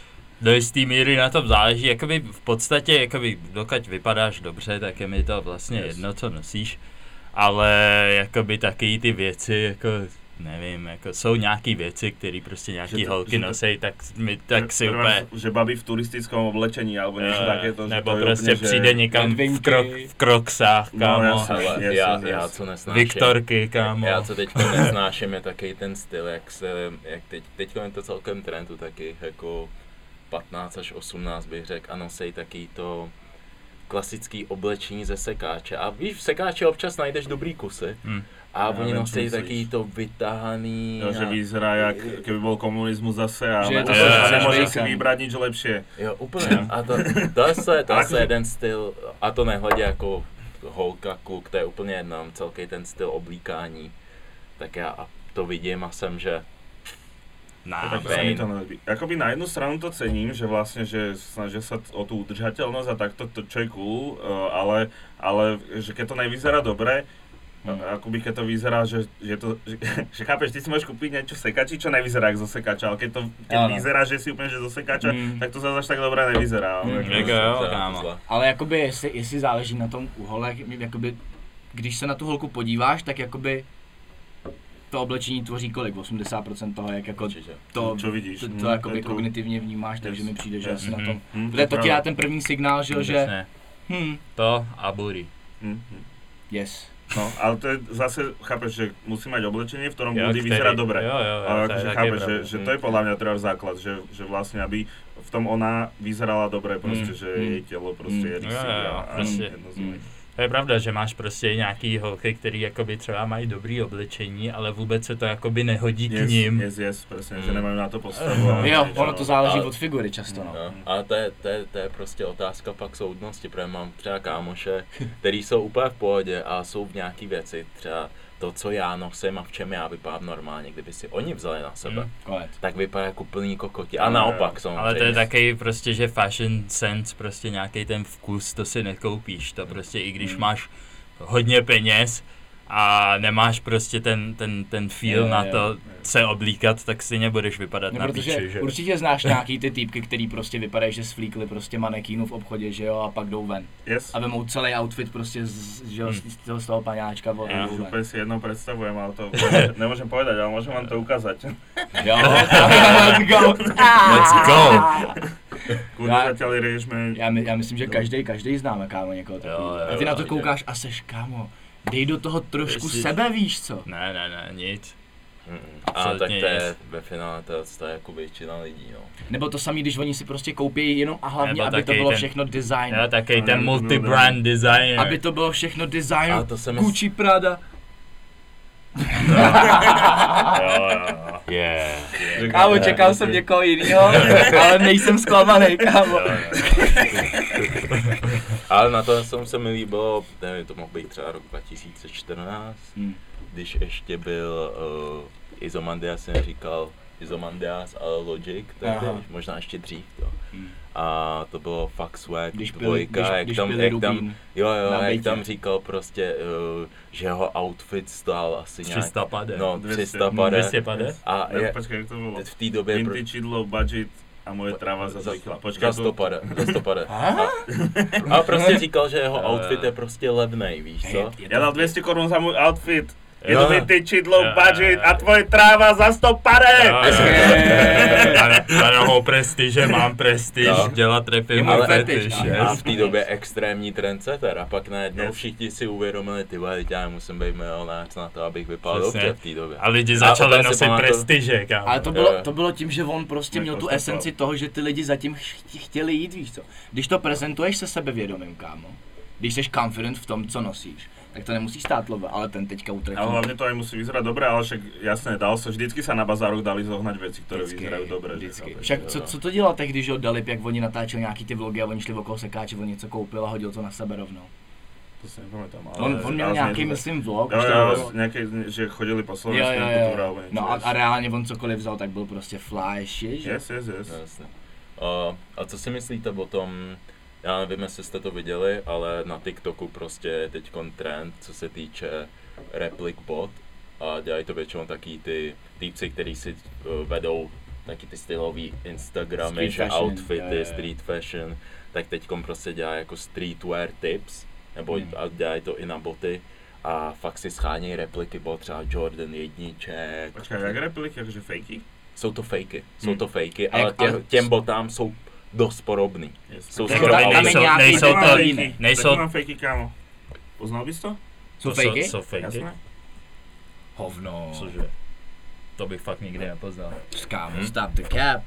do jisté míry na tom záleží. Jakoby v podstatě, jakoby dokud vypadáš dobře, tak je mi to vlastně
Yes.
jedno, co nosíš. Ale jakoby taky ty věci, jako nevím, jako jsou nějaký věci, které prostě nějaký
to-
holky
že to-
nosí, tak, mi, tak si
Že-
úplně...
Že baby v turistickom oblečení, alebo niečo
Jo, jo.
takéto. že
nebo
to je
prostě
úplne, že-
přijde někam v,
Nedvinky.
krok, v kroksách,
No,
kámo.
jasně.
Ale
Yes,
já,
yes, yes.
já co nesnáším.
Viktorky, kámo.
Já co teď nesnáším je takový ten styl, jak se, jak teď, teď je to celkem trendu taky, jako 15 až 18 bych řekl, a nosej taky to klasický oblečení ze sekáče. A víš, v sekáče občas najdeš dobrý kusy.
Hmm.
A
Já
oni
vím, co
nosí
myslíš.
taky to vytáhaný.
Jo, že
a-
vyzerá, jak keby bol komunizmus zase a,
Že je to
a-
zase
a nemôže si
Amerikan.
vybrať nič lepšie.
Jo, úplně. A to, to je se, to
Ale
je
jakože-
se jeden styl, a to nehledě jako holka, kluk, to je úplně jedno, celý ten styl oblíkání. Tak já a to vidím a jsem, že
Nah,
Takže se mi
Bane.
to nelíbí. Jakoby na jednu stranu to cením, že vlastne, že snažia sa t- o tú udržateľnosť a takto, to, čo je cool, uh, ale, ale že keď to nevyzerá dobre, Hmm. Akoby keď to vyzerá, že, že, to, že, že chápeš, ty si môžeš kúpiť niečo v sekači, čo nevyzerá ako zo sekača, ale keď to keď
Áno.
vyzerá, že si úplne že zo sekača,
Hmm.
tak to zase až tak dobre nevyzerá. ale
Hmm.
akože-
Jako jo,
to je
kámo.
zle.
Ale jakoby, jestli, jestli záleží na tom uhole, jak- jakoby, když se na tu holku podíváš, tak jakoby to oblečení tvoří kolik? 80% toho, jak jako
Určitě.
to,
Čo vidíš.
to,
Hmm,
to
to
jakoby
je true.
kognitivně vnímáš, takže
Yes.
mi přijde, že
Yes.
asi na tom.
Hm,
Protože to ti
pravda.
dá ten první signál, že jo, že
Přesně.
hm,
To a buri.
Hm, hm.
yes.
No, ale to je zase, chápeš, že musí mať oblečenie, v ktorom
Jo,
bude
který-
vyzerá dobre.
Jo, jo, jo.
Ale
to je
akože
taky
chápeš, že,
pravda. Hm.
že to je podľa mňa treba základ, že, že vlastne aby v tom ona vyzerala dobre, proste,
Mm.
že
Mm.
jej telo proste je
Jo,
rysy
jo, jo,
a, a
prostě.
jedno z
Hm.
nich.
To je pravda, že máš prostě nějaký holky, který jakoby třeba mají dobrý oblečení, ale vůbec se to jakoby nehodí k
Yes,
ním.
yes, yes, presne, že
Mm.
nemajú na to postavu. ale
Jo,
niečo.
ono to záleží
ale-
od figury často, no.
No, ale to je, to, je, to je prostě otázka pak soudnosti, protože mám třeba kámoše, který jsou úplně v pohodě a jsou v nějaký věci, třeba to, co já nosím a v čem já vypadám normálně, kdyby si oni vzali na sebe,
Mm.
Kolet.
tak vypadá jako plný kokoti. A naopak samozřejmě.
Ale No, to je taky prostě, že fashion sense, prostě nějaký ten vkus, to si nekoupíš. To prostě i
Hmm.
když máš hodně peněz a nemáš prostě ten, ten, ten feel
Jo,
na
jo,
to se oblíkat, tak si nebudeš vypadat
No,
na píči,
protože
že?
určitě znáš nějaký ty týpky, který prostě vypadají, že svlíkli prostě manekínu v obchodě, že jo, a pak jdou ven.
Yes,
A vemou celý outfit prostě z, že jo, z, z toho- z toho paňáčka. Bo,
ja
jo,
už úplne si jednou predstavujem, ale to nemôžem povedať, ale môžem vám to ukázať.
let's go.
Let's go!
Kudy
Ja-
zatiaľ riešme. No,
Já, my, já myslím, že každý, každý známe, kámo, někoho takového.
Jo, jo,
A ty na to
jo,
koukáš a seš, kámo, dej do toho trošku
Jestli-
sebe, víš co?
Ne, ne, ne, nic.
Mm-mm. Ale tak
Absolutně
to je
jest.
ve finále, to, to je jako většina lidí, no.
Nebo to samý, když oni si prostě koupí jenom a hlavně,
Nebo
aby to
taky
bylo
ten-
všechno design.
Jo, taky ten
ne,
multi-brand design.
Aby to bylo všechno design,
Ale to se mi...
Gucci, Prada.
Jo, jo, jo.
Yeah.
že-
Kámo, čekal jsem někoho jiného, ale nejsem zklamaný, kámo.
Ale na to jsem se mi líbilo, nevím, to mohl být třeba rok 2014,
Hmm.
když ještě byl uh, Izomandias, jsem říkal Izomandias, ale Logic, tak
Aha.
možná ještě dřív to.
Hmm.
A to bylo Fuck Swag,
Když byl,
dvojka,
když,
jak
když
tam,
byl
jak tam,
Rubín.
jo, jo,
na
jak
bytě.
tam říkal prostě, uh, že jeho outfit stál asi nějak,
300 pade.
no
200,
300
no,
pade.
200 pade?
A
Ne,
je,
Počkaj, jak to bolo?
v té době pro-
Vintage idlo, budget a moje trava za 2 kila. Počkaj,
za
to-
stopade, za stopade. A, a prostě říkal, že jeho outfit je prostě levnej, víš co?
Ja dal 200 korún za môj outfit. Je
Jo.
to vintage idlo,
Jo.
budget a tvoje tráva za 100 pare!
Jo, jo. Ano, Ano, ho prestiže, mám prestiž,
No.
dělat repy,
mám
mám
fetiš,
fetiš. no.
ano.
A
yes.
v té době extrémní trendsetter a pak najednou
Yes.
všichni si uvědomili, ty vole, teď já musím být milionář na to, abych vypadal
Přesně.
dobře v té době.
A lidi
A
začali
opět si
nosit
pamatuju-
prestiže, kámo.
Ale to
Jo, jo.
Eh,
bylo, to bylo tím, že on prostě
Tak
měl
to
tu
stopal.
esenci toho, že ty lidi zatím chtě- chtěli jít, víš co. Když to prezentuješ se sebevědomím, kámo, když jsi confident v tom, co nosíš, tak to nemusí stát love, ale ten teďka
Ale
utrefil.
hlavne to aj musí vyzerať dobre, ale však jasné, dal sa, vždycky sa na bazároch dali zohnať veci, ktoré vyzerajú dobre. že
vždycky.
chápeš.
Však co, co to dělal tehdy, že oddali, jak oni natáčeli nějaký ty vlogy a oni šli okolo sekáče, on něco koupil a hodil to na sebe rovnou.
To si nepamätám, ale...
On, on měl
ale
nějaký,
znie to
myslím, vlog.
tak.
už to
Jo,
bylo-
jo, nejaké, že chodili po Slovensku,
jo, jo,
nejakú túra,
jo.
alebo niečo.
No a, a
yes.
reálně on cokoliv vzal, tak byl prostě flash, že?
Yes, yes, yes.
No, jasně. A, a co si myslíte o tom, já nevím, jestli jste to viděli, ale na TikToku prostě je teď trend, co se týče replik bot a dělají to většinou taky ty týpci, kteří si uh, vedou taky ty stylový Instagramy,
Street
že
fashion, jo, jo,
outfity,
jo.
street fashion, tak teď prostě dělá jako streetwear tips, nebo
Hmm.
a dělají to i na boty a fakt si schánějí repliky, bo třeba Jordan jedniček,
Počkaj, jak repliky, akože fejky?
jsou to fakey, jsou
Hmm.
to fakey,
A
ale
jak-
těm,
ale-
těm botám jsou dost podobný.
Yes.
Sú
Tak
skoro
mám-
ale
tak
nejsou-
nějaký
nejsou
ten
mám
to-
jiný.
fejky.
nejsou-
Tak mám fejky, kámo. Poznal bys to?
Jsou
To
fejky?
Jsou fejky.
Jasné.
Hovno.
Cože? To bych fakt nikdy nepoznal.
Kámo,
Hm?
stop the cap.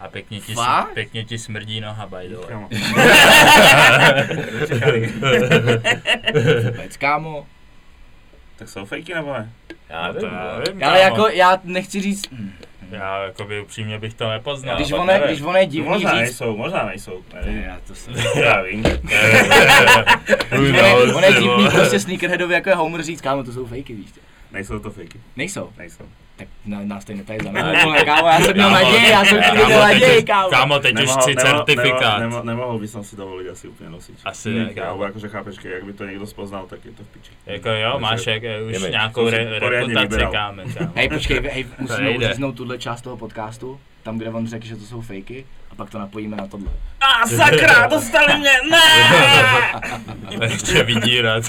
A pěkně ti,
Fakt?
pěkně ti smrdí noha, by the way.
Kámo.
Vůbec, kámo.
Tak jsou fejky nebo ne?
Já
No to já
vím,
vím,
Ale
kámo.
jako já nechci říct,
Já jakoby upřímně bych to nepoznal.
když
pak
ono, je-
nevím.
když ono je
No,
divný
možná
říct,
nejsou, možná nejsou. Nevím.
Já to jsem...
Já vím.
Who
Ono je-
knows,
ono
ty
je divný
No, vole.
prostě sneakerheadovi jako je Homer říct, kámo, to jsou fejky, víš co.
Nejsou to fejky,
Nejsou.
nejsou.
Tak na, nás tady netají za
Ne.
mě. Vole, Kámo, já jsem měl naději, já jsem
kámo,
ti viděl
teď
naději,
už-
kámo.
Kámo, teď už chci certifikát.
Nemohl, nemohl by som si dovoliť asi úplne nosiť.
Asi ne,
Alebo
kámo.
akože chápeš, keď ak by to niekto spoznal, tak je to v piči.
Jako jo, máš jak, eh, už
Jdeme.
nějakou
Jsem si
re,
poriadně
reputaci,
vybral.
kámo. kámo.
Hej, počkej, hej, musíme
nejde.
uříznout tuhle část toho podcastu, tam, kde on řekl, že to jsou fejky, a pak to napojíme na tohle.
A sakra, dostali mě, ne!
Ještě vydírat.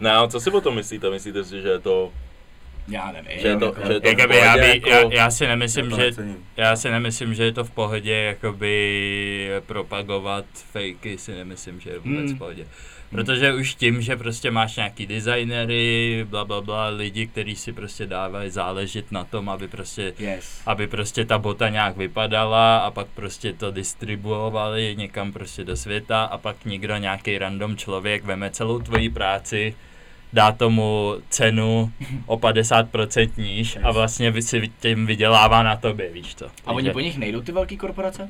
No, co si o tom myslíte? Myslíte si, že je to,
Já nevím.
že je to,
jako-
že je to v
Jakoby já,
pohodě,
by, já,
jako-
já, si nemyslím,
to
že
necením.
Já si nemyslím, že je to v pohodě jakoby propagovat fejky, si nemyslím, že je vůbec
Hmm.
v pohodě. Protože už tím, že prostě máš nějaký designery, bla bla bla, lidi, kteří si prostě dávají záležit na tom, aby prostě
Yes.
aby prostě ta bota nějak vypadala a pak prostě to distribuovali někam prostě do světa a pak někdo, nějaký random člověk veme celou tvoji práci, dá tomu cenu o 50% níž a vlastně vy- si tím vydělává na tobě, víš to.
A oni po nich nejdou ty velké korporace?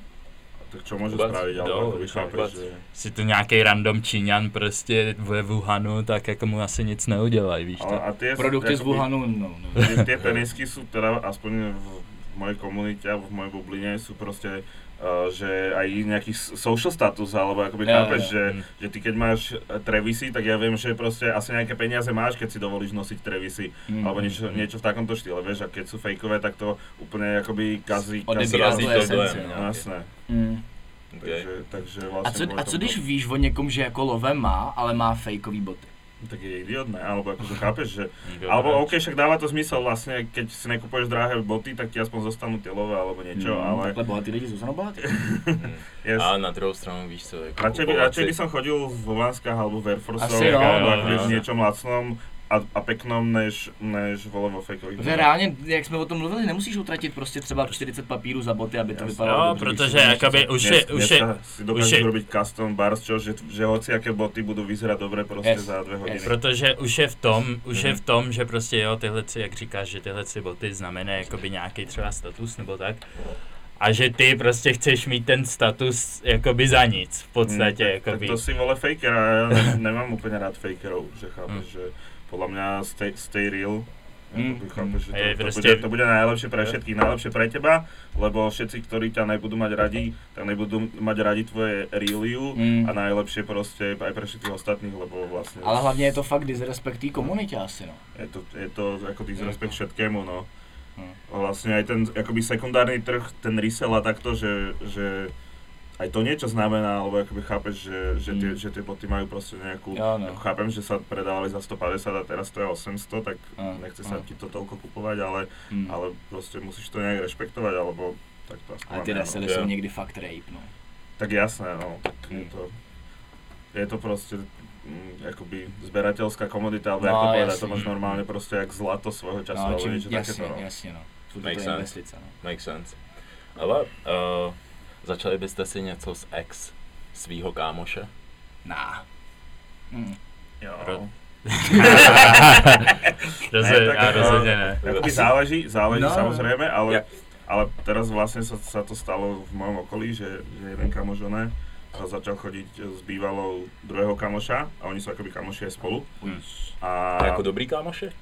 Tak čo môžu
Vůbec,
spraviť,
no,
alebo akoby
vůbec.
chápeš, že...
Si tu nějaký random Číňan prostě ve Wuhanu, tak jako mu asi nic neudělají, víš
Ale
to.
a tie,
Produkty z
akoby-
Wuhanu, no, no.
tie, tie tenisky sú teda aspoň v v mojej komunite a v mojej bubline sú proste uh, že aj nejaký s- social status, alebo akoby
Ja,
chápeš,
ja.
že,
Mm.
že ty keď máš eh, trevisy, tak ja viem, že proste asi nejaké peniaze máš, keď si dovolíš nosiť trevisy,
Mm.
alebo niečo, niečo v takomto štýle, vieš, a keď sú fejkové, tak to úplne akoby kazí, kazí
Odebírá
Zrazí
to
to
esenci.
dojem,
no.
no.
No, jasné,
Mm.
Okay.
takže, takže vlastně jako
A
vlastne...
co,
kvôli
a co
tomu-
když víš o někom, že jako love má, ale má fejkový boty?
Tak je idiot, ne? Alebo akože chápeš, že... Alebo OK, však dáva to zmysel vlastne, keď si nekupuješ drahé boty, tak ti aspoň zostanú tie love alebo niečo,
Hmm.
Mm,
ale...
Takhle bohatý lidi zůstanou bohatý.
Yes.
A na druhou stranu víš co, jako
Radšej by,
kupovat
radšej
si-
by som chodil v Vánskach alebo v Air Force,
Asi jo,
alebo
no,
akoby
no,
v
no.
niečom lacnom a, a peknom, než, než vole vo fejkových.
Protože reálně, jak jsme o tom mluvili, nemusíš utratit prostě třeba 40 papírů za boty, aby to
Jasně.
vypadalo
Jo,
dobře, když
protože
to máš
jakoby už je, už je,
dneska si dokážeš
je-
robiť custom bars, čo, že, že hociaké boty budú vyzerať dobre proste
Yes,
za dve hodiny.
yes.
Protože už je v tom, už je
Mhm.
v tom, že prostě jo, tyhle, si, jak říkáš, že tyhle si boty znamená jakoby nějaký třeba status nebo tak. A že ty prostě chceš mít ten status jakoby za nic, v podstatě,
Hmm,
jako
tak,
jakoby.
Tak to si vole faker a ja ne- nemám úplne rád fakerov, že
Hmm.
chápeš, že podľa mňa stay, stay real.
Mm.
Jakoby Chápeš, že to,
Je prostě
to,
proste-
bude, to bude najlepšie pre všetkých, najlepšie pre teba, lebo všetci, ktorí ťa nebudú mať radi, tak nebudú mať radi tvoje realiu
Hmm.
Mm.
a prostě najlepšie proste aj pre všetkých ostatných, lebo vlastně- vlastne
Ale hlavně je to fakt disrespekt té komunitě asi, no.
je to, je to ako disrespekt všetkému, no.
Mm.
A Vlastne aj ten akoby sekundárny trh, ten resell a takto, že, že aj to niečo znamená, alebo akoby chápeš, že, že, tie,
Mm.
že tie boty majú proste nejakú...
Jo, no.
ako Jako Chápem, že sa predávali za 150 a teraz to je 800, tak
Mm,
nechce sa
mm.
ti to toľko kupovať, ale,
Mm.
ale proste musíš to nejak rešpektovať, alebo tak to aspoň...
A ty
mám, no.
resely
jo.
jsou někdy fakt rape, no.
Tak jasné, no. Tak je
Mm.
to, je to proste mm, akoby zberateľská komodita, alebo
No,
no, ako povedať, to
jasne.
máš normálne proste jak zlato svojho času,
no
alebo niečo
jasně,
takéto, no.
jasně, no. Jsou to
Makes
ty
sense.
investice, no.
Makes sense. Ale uh, začali byste si něco s ex svýho kámoše?
Nah.
Hmm.
Mm.
Jo.
Rozhodně,
Ne, tak
já
jako-
rozhodně ne.
Jakoby záleží, záleží
No.
no. samozrejme, ale,
Jak-
ale teraz vlastne sa, sa to stalo v mojom okolí, že, že jeden kamoš oné a začal chodiť s bývalou druhého kamoša a oni sú akoby kamoši aj spolu.
Hmm.
Mm.
A
A... Jako dobrý kámoše?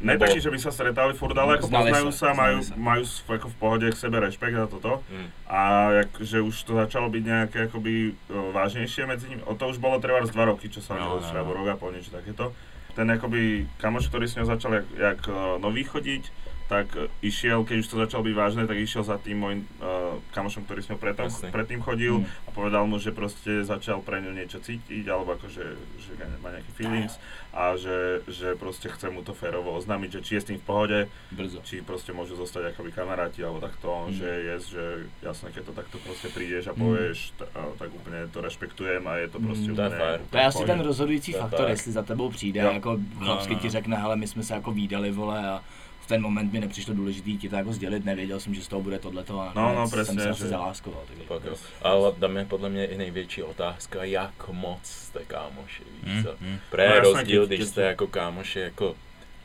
ne
nebo-
taký, že by sa stretali furt, ale jako ako
Znali
poznajú
sa,
sa, majú,
znali sa.
majú s- ako v pohode k sebe rešpekt a toto.
Mm.
A jak, že už to začalo byť nejaké akoby o, vážnejšie medzi nimi. O to už bolo treba z dva roky, čo sa
No,
no, no,
no, no.
alebo rok a pol niečo takéto. Ten akoby kamoš, ktorý s ňou začal jak, jak o, nový chodiť, tak e, išiel, keď už to začalo byť vážne, tak išiel za tým môjim uh, kamošom, ktorý s ňou predtým,
Jasne.
predtým chodil
Mm.
a povedal mu, že proste začal pre ňu niečo cítiť, alebo akože, že má nejaké feelings a že, že proste chce mu to férovo oznámiť, že či je s tým v pohode,
Brzo.
či proste môžu zostať akoby kamaráti alebo takto,
Mm.
mm. že je, že jasné, keď to takto proste prídeš a povieš, t- a, tak úplne to rešpektujem a je to proste
Mm.
mm.
To je
úplne...
fér.
To je asi
úplne-
ten rozhodující
To je
faktor,
tak.
jestli za tebou přijde,
Jo.
jako chlapsky ti řekne, hele, my jsme se jako výdali, vole, a v ten moment mi nepřišlo důležitý ti to jako sdělit, nevěděl jsem, že z toho bude tohleto a
No,
nakonec
no,
jsem
přesně,
se asi
že-
zaláskoval. jako. takže-
Pak, jo. Ale tam je podle mě i největší otázka, jak moc jste kámoši, víš
Mm,
co?
mm.
Pro je
No, jasně,
rozdíl, když
když- když-
jste jako kámoši jako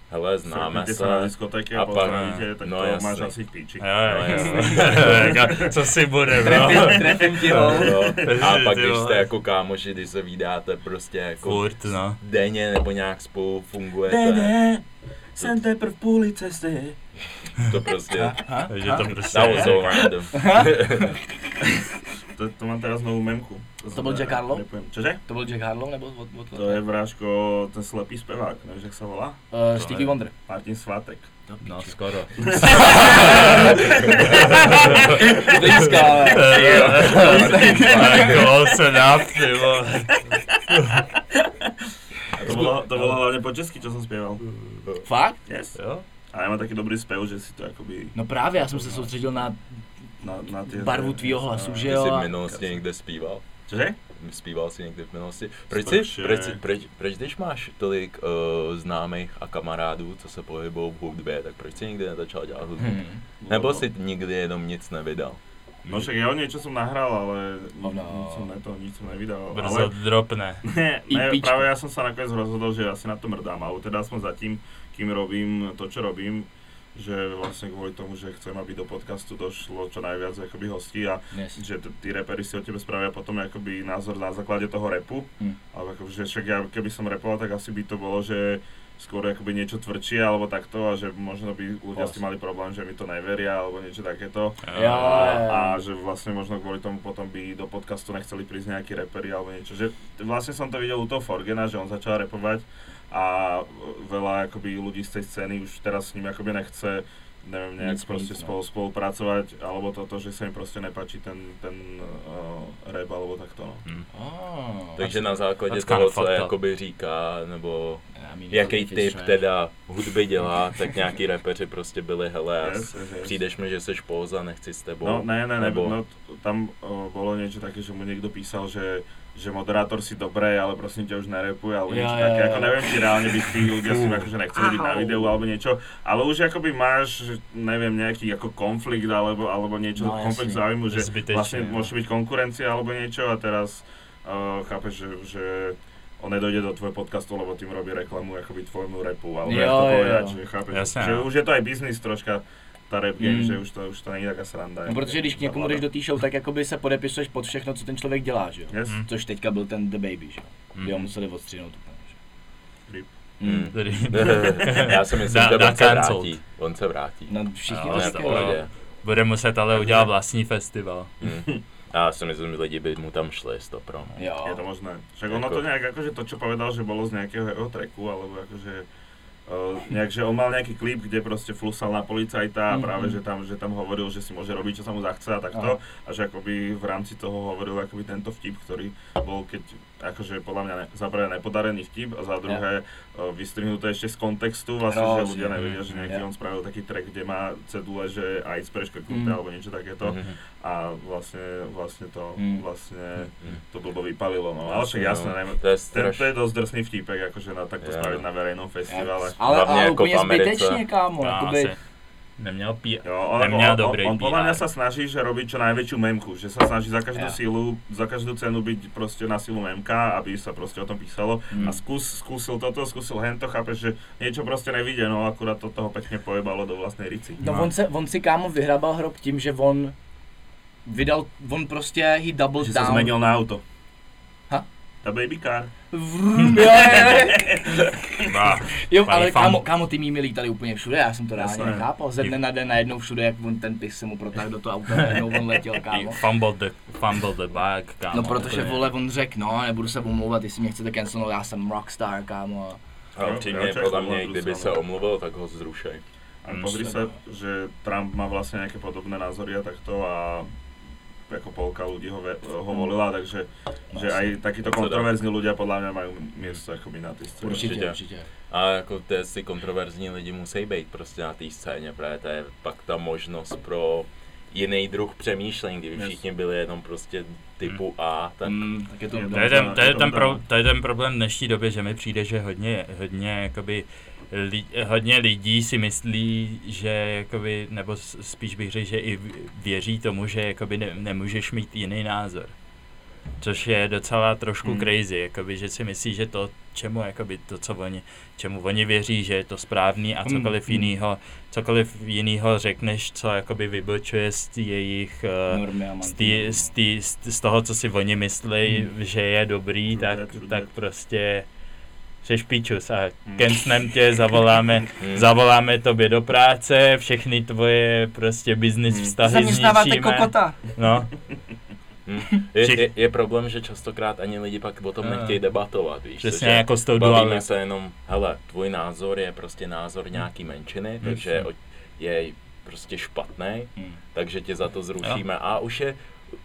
hele, známe
Známe
se.
se. na diskotéky a
a pak-
pozdravíte, tak
no
to
jasně.
máš asi v píči.
Jo, jo,
No,
jo. Co si bude, no? bro?
Trefím, trefím ti ho.
Jo. No, A
Ty
pak, když
vole.
jste jako kámoši, když se vydáte prostě jako
Furt, no.
denně nebo nějak spolu fungujete,
Ne, ne, jsem teprve v půli cesty.
to prostě,
Takže to prostě
that was
je.
so random.
To, to mám teda znovu memku.
To byl
jsem
Jack
teda-
Harlow?
nepojím. Cože?
To byl Jack Harlow nebo od, od, od
To je vrážko, ten slepý zpěvák, nevíš jak se volá?
uh, Stevie Wonder.
Martin Svátek.
No, skoro.
Blízko, ale.
Jo. Ale Close enough, Jako ty vole.
A to bylo, to bylo hlavně po česky, co jsem zpěval.
Fakt?
Yes.
Jo?
A já mám taky dobrý zpěv, že si to jakoby
No právě, já jsem se soustředil na
na, na ty...
barvu tvýho hlasu, že
Ty jsi v
jo? a-
minulosti někde zpíval?
Cože?
Zpíval jsi někdy v minulosti? Proč, jsi,
Strašně.
proč, proč, proč když máš tolik uh, známých a kamarádů, co se pohybují v hudbě, tak proč jsi nikdy nezačal dělat hudbu?
Hmm.
Hm.
Nebo si nikdy jenom nic nevydal?
No však jo, něco jsem nahrál, ale no,
No.
nic jsem ne to, nic jsem nevydal.
Brzo
ale
dropne.
ne, ne,
IPčko.
právě já jsem se nakonec rozhodl, že asi na to mrdám, ale teda jsem zatím, kým robím to, čo robím, že vlastně kvůli tomu, že chcem, aby do podcastu došlo čo najviac jakoby hostí a
Yes.
že t- ty repery si o tebe spravia potom jakoby názor na základě toho repu,
Hm.
ale jako, že však ja, keby som repoval, tak asi by to bolo, že skôr jakoby niečo tvrdšie alebo takto a že možno by ľudia s tým mali problém, že mi to neveria alebo niečo takéto.
Jo,
A,
jo,
a
jo.
že vlastne možno kvôli tomu potom by do podcastu nechceli prísť nejakí reperi alebo niečo. Že t- vlastne som to videl u toho Forgena, že on začal repovať a veľa akoby ľudí z tej scény už teraz s ním akoby nechce neviem, nejak
Nic mít,
proste
no.
spolu spolupracovať, alebo toto, že sa im proste nepáči ten, ten uh, rap, alebo takto, no.
Oh,
Takže na základě
that's kinda
toho, co
fucked up.
jakoby říká, nebo
I mean,
jaký
it's
typ
trash.
teda hudby dělá, tak nějaký repeři prostě byli, hele, já
Yes,
yes.
yes, yes.
přijdeš mi, že seš póza, nechci s tebou.
No ne, ne, ne,
nebo-
no, t- tam o, bolo niečo také, že mu niekto písal, že, že moderátor si dobré, ale prosím ťa už nerepuje, alebo
Ja,
niečo
ja,
také,
ja.
ako neviem, či reálne by tí ľudia si akože jako, nechceli byť na videu alebo niečo, ale už akoby máš, neviem, nejaký ako jako konflikt alebo, alebo niečo,
No,
no, konflikt
jasne.
záujmu, že vlastně
Zbytečne,
vlastne
no.
jo.
môže byť konkurencia alebo niečo a teraz uh, chápeš, že, že on nedojde do tvojho podcastu, lebo tým robí reklamu akoby tvojmu repu, alebo
Jo,
jak to
jo,
povedať,
jo.
že chápeš,
Jasne,
že
no.
jo.
už je to aj biznis troška, ta rap game,
Mm.
že už to, už to není taká sranda.
No,
jak-
protože když k
jak
někomu
byla
jdeš
ta-
do té show, tak jakoby se podepisuješ pod všechno, co ten člověk dělá, že jo?
Yes,
Mm.
Což teďka byl ten The Baby, že jo? Kdy ho
Mhm.
museli odstřihnout úplně, že
Rip.
jo?
Mhm.
Mm.
Tedy-
Hmm. já si myslím,
Da-
že
da
on se
cancelled.
vrátí. On se vrátí.
No všichni
Jo,
On
to
je v
tak
říkají.
jo.
pohodě.
Bude muset ale udělat vlastní festival.
Hm. Já si myslím, že lidi by mu tam šli, to pro.
Jo.
je to možné. Však ono to
Jako-
nějak, jakože to, čo povedal, že bolo z nějakého jeho tracku, alebo jakože Uh, nějak, že on mal nějaký klip, kde prostě flusal na policajta a
Mhm.
právě, že tam, že tam hovoril, že si může robit, čo sa mu zachce a takto. A že akoby v rámci toho hovoril akoby tento vtip, ktorý bol keď, akože podľa mňa ne, za prvé nepodarený vtip a za druhé uh, vystrihnuté ešte z kontextu, vlastne, že
Hrozně.
ľudia nevedia, že nejaký
Jo.
on spravil taký track, kde má cedule, že AIDS preškrknuté
Mhm.
alebo niečo takéto.
Hmm.
A vlastně, vlastně to,
Mm.
vlastně
Mm.
to blbo vypalilo, no. Ale
Jasně,
však jasné,
no.
ne,
To je
ten, to je
strašně.
dost drsný vtípek, jakože na takto
Jo.
spravit na verejnom festivale.
Ale,
Hlavně
ale
jako
úplně
v Americe.
zbytečně, kámo,
Já
jakoby,
asi Neměl pí...
Jo, ale
Neměl
on,
dobrý
on, on podle
PR.
mě se snaží, že robí čo největší memku, že se snaží za každou
Jo.
sílu, za každou cenu být prostě na sílu memka, aby se prostě o tom písalo. A zkus, zkusil toto, zkusil hento, chápeš, že něco prostě nevidě, no akurát to toho pěkně pojebalo do vlastní rici.
No, on, se, on si kámo vyhrabal hrob tím, že on vydal, on prostě he doubled
Že se
down.
zmenil na auto.
Ha?
Ta baby car.
Vrum, jo, jo, jo.
Bah,
jo,
Pani
ale
fan-
kámo, kámo, ty mými lítaly úplně všude, já jsem to reálně
Jasné.
nechápal. Ze dne na den najednou všude, jak on ten pis se mu protáhl do toho auta, najednou on letěl, kámo.
Fumble the, fumble the bag, kámo.
No protože
úplně.
vole, on řekl, no, nebudu se omlouvat, jestli mě chcete cancelnout, já jsem rockstar, kámo.
A
No, Jo,
upřímně,
jo, čech
podle
omlouvat
mě, kdyby
dostanu.
se omluvil, tak ho zrušej.
Ale
Mm,
pozri
se
sa, že Trump má vlastne nejaké podobné názory a takto a ako polka ľudí ho, ve, ho volila, takže že aj takíto
Co dá?
kontroverzní ľudia podľa mňa majú miesto akoby na tej scéne.
Určitě.
Určitě, určitě.
A jako ty si kontroverzní lidi musí být prostě na té scéně, protože to je pak ta možnost pro jiný druh přemýšlení, kdyby
Yes.
všichni byli jenom prostě typu
Hmm.
A, tak
Mm, tak je to...
To je ten, to je
to tam.
ten, pro, to je ten problém dnešní doby, že mi přijde, že hodně, hodně, jakoby, li, hodně lidí si myslí, že jakoby, nebo s- spíš bych řekl, že i věří tomu, že jakoby ne, nemůžeš mít jiný názor. Což je docela trošku
Hmm.
hmm. crazy, jakoby, že si myslí, že to, čemu, jakoby, to, co oni, čemu oni věří, že je to správný a
Hmm,
cokoliv
hmm.
jinýho, cokoliv jinýho řekneš, co jakoby vybočuje z jejich,
No,
eh,
Normy a
z,
mantinely.
tý, z, tý, z, z toho, co si oni myslí, hmm. že je dobrý,
True
tak,
that, true
tak
that.
prostě seš píčus a
Hmm.
kencnem tě, zavoláme,
Hmm.
zavoláme tobě do práce, všechny tvoje prostě business
Hmm.
vztahy
Zaměstnáváte
zničíme.
kokota.
No,
Je,
Všich-
je, je problém, že častokrát ani lidi pak o tom
Ah.
nechtějí debatovat, víš.
přesně
což je-
jako s tou
Bavíme
dualitou.
se jenom, hele, tvůj názor je prostě názor nějaký menšiny,
Hmm.
takže je, je prostě špatný,
Hmm.
takže tě za to zrušíme. A už je,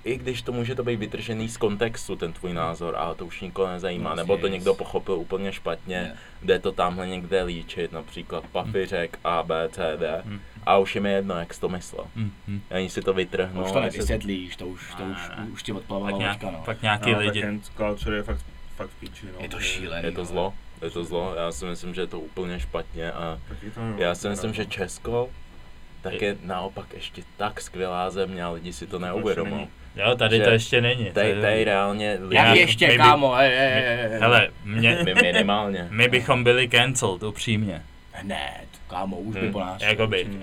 i když to může to být vytržený z kontextu, ten
Hmm.
tvůj názor, a to už nikoho nezajímá,
Yes,
nebo to
yes.
někdo pochopil úplně špatně,
Yeah.
jde to tamhle někde líčit, například
Hmm.
papiřek A, B, C, D,
Hmm.
a už jim je jedno, jak jsi to myslel.
Mhm.
Ani No, si to
no,
vytrhnou.
Už to
jestli-
nevysvětlíš, to už, to už,
Ne, ne.
už ti
Pak,
odplavalo
nějak,
očka, no.
pak nějaký
No,
no,
tak
lidi.
cancel culture je fakt, fakt v píči, no.
Je to šílený.
Je to
ale.
zlo, je to zlo, já si myslím, že je to úplně špatně a
Taky to nemám
Já si
rád,
myslím,
no.
že Česko tak je naopak ještě tak skvělá země a lidi si to neuvědomují.
není.
Jo, tady
že
to ještě není. to
Tady,
je-
tady reálně
Jak
Já-
lidi
ještě,
my by-
kámo, hej, hej, hej, hej.
Hele, mě,
my minimálně.
my bychom byli cancelled, upřímně.
Hned, kámo, už by
Hmm.
po nás.
Jakoby.
Hmm.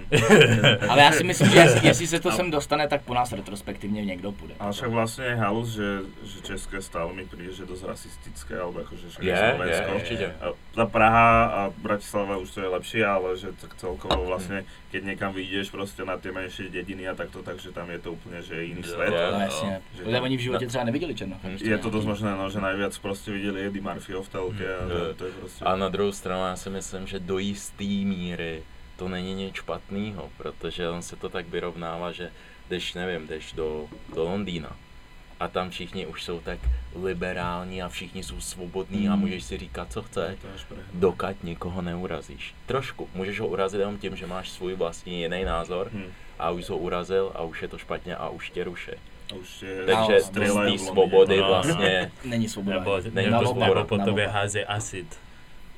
Ale já si myslím, že jestli, jestli se to sem dostane, tak po nás retrospektivně někdo půjde.
Ale však vlastne je halus, že, že České stále mi príde, že dosť rasistické, alebo akože však
Je, je,
Slovensko.
určite.
A Tá Praha a Bratislava už to je lepšie, ale že tak celkovo vlastne, keď niekam vyjdeš proste na tie menšie dediny a takto, takže tam je to úplne, že je iný
Jo.
svet.
Jo.
No jasně,
Že
protože
tam-
oni v životě třeba neviděli Černocha. prostě
Je to dosť možné, no, že najviac proste videli Eddie Murphy v telke a
Jo.
to je prostě proste...
Mm. A na druhou stranu já si myslím, že do jistý míry to není nic špatného, protože on se to tak vyrovnává, že jdeš, nevím, jdeš do, do Londýna a tam všichni už jsou tak liberální a všichni jsou svobodní a můžeš si říkat, co chceš.
To je až prehnané.
dokud nikoho neurazíš. Trošku. Můžeš ho urazit jenom tím, že máš svůj vlastní jiný názor
Hm.
a už jsi ho urazil a už je to špatně a už tě ruší.
A už je
Takže z té
strieľajú v Londýne.
svobody
No.
vlastně
Není svoboda.
Nebo,
Ne,
nebo,
naopak,
nebo po
naopak.
tobě hází acid.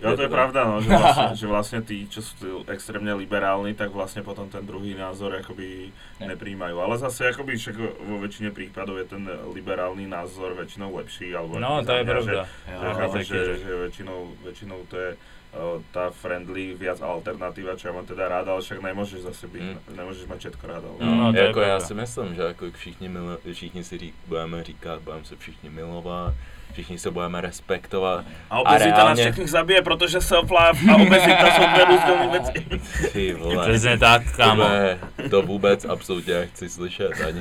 Jo, to je pravda, no, že vlastne, že vlastne tí, čo sú tí extrémne liberálni, tak vlastne potom ten druhý názor akoby
Ne.
nepríjmajú. Ale zase akoby však vo väčšine prípadov je ten liberálny názor väčšinou lepší. Alebo
No,
akoby
to
za
je
mňa, že-
pravda.
že
No,
Jo,
chápem,
taky,
že,
že-
že väčšinou, väčšinou to je eh, tá friendly, viac alternatíva, čo ja mám teda rád, ale však nemôžeš zase byť,
Mm.
nemôžeš mať všetko rád. Ale...
No, no, to je
jako já
pravda.
si myslím, že jako všichni, milo, všichni si řík, budeme říkat, budeme se všichni milovat, všichni se budeme respektovat.
A
obezita nás reálne- všetkých
zabije, pretože sa plá a obezita sú dve rôzne veci.
Ty vole,
Přesně tak,
to,
kámo.
bude- to vůbec absolutně nechci slyšet ani.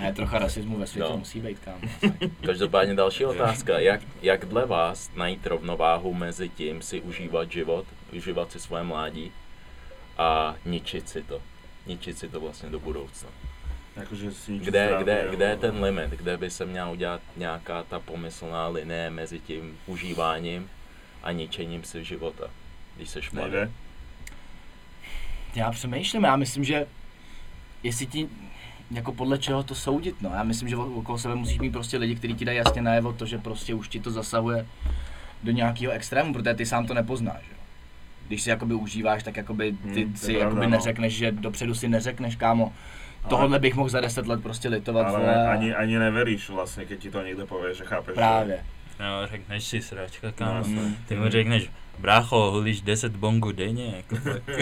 Ne, trocha rasismu ve světě
No.
musí být, kámo.
Každopádně další otázka. Jak, jak dle vás najít rovnováhu mezi tím si užívat život, užívat si svoje mládí a ničit si to? Ničit si to vlastně do budoucna.
Akože si nič
Kde,
strávne,
kde, kde je
ale-
ten limit? Kde by se měla udělat nějaká ta pomyslná linie mezi tím užíváním a ničením si života? Když seš mladý.
Nejde?
Já přemýšlím, já myslím, že jestli ti jako podle čeho to soudit, no. Já myslím, že o- okolo sebe musíš mít prostě lidi, kteří ti dají jasně najevo to, že prostě už ti to zasahuje do nějakého extrému, protože ty sám to nepoznáš, jo. Když si jakoby užíváš, tak jakoby
Hmm,
ty
to je
si
pravda,
jakoby
no.
neřekneš, že dopředu si neřekneš, kámo,
Ale-
tohle bych mohl za deset let prostě litovat,
Ale
vole, a-
ani, ani neveríš vlastne, keď ti to niekto povie, že chápeš. že-
právě. Hmm.
No, řekneš si sračka,
No,
kámo.
jasné.
Ty mu řekneš, brácho, hulíš 10 bongů denně, jako fakt.
To-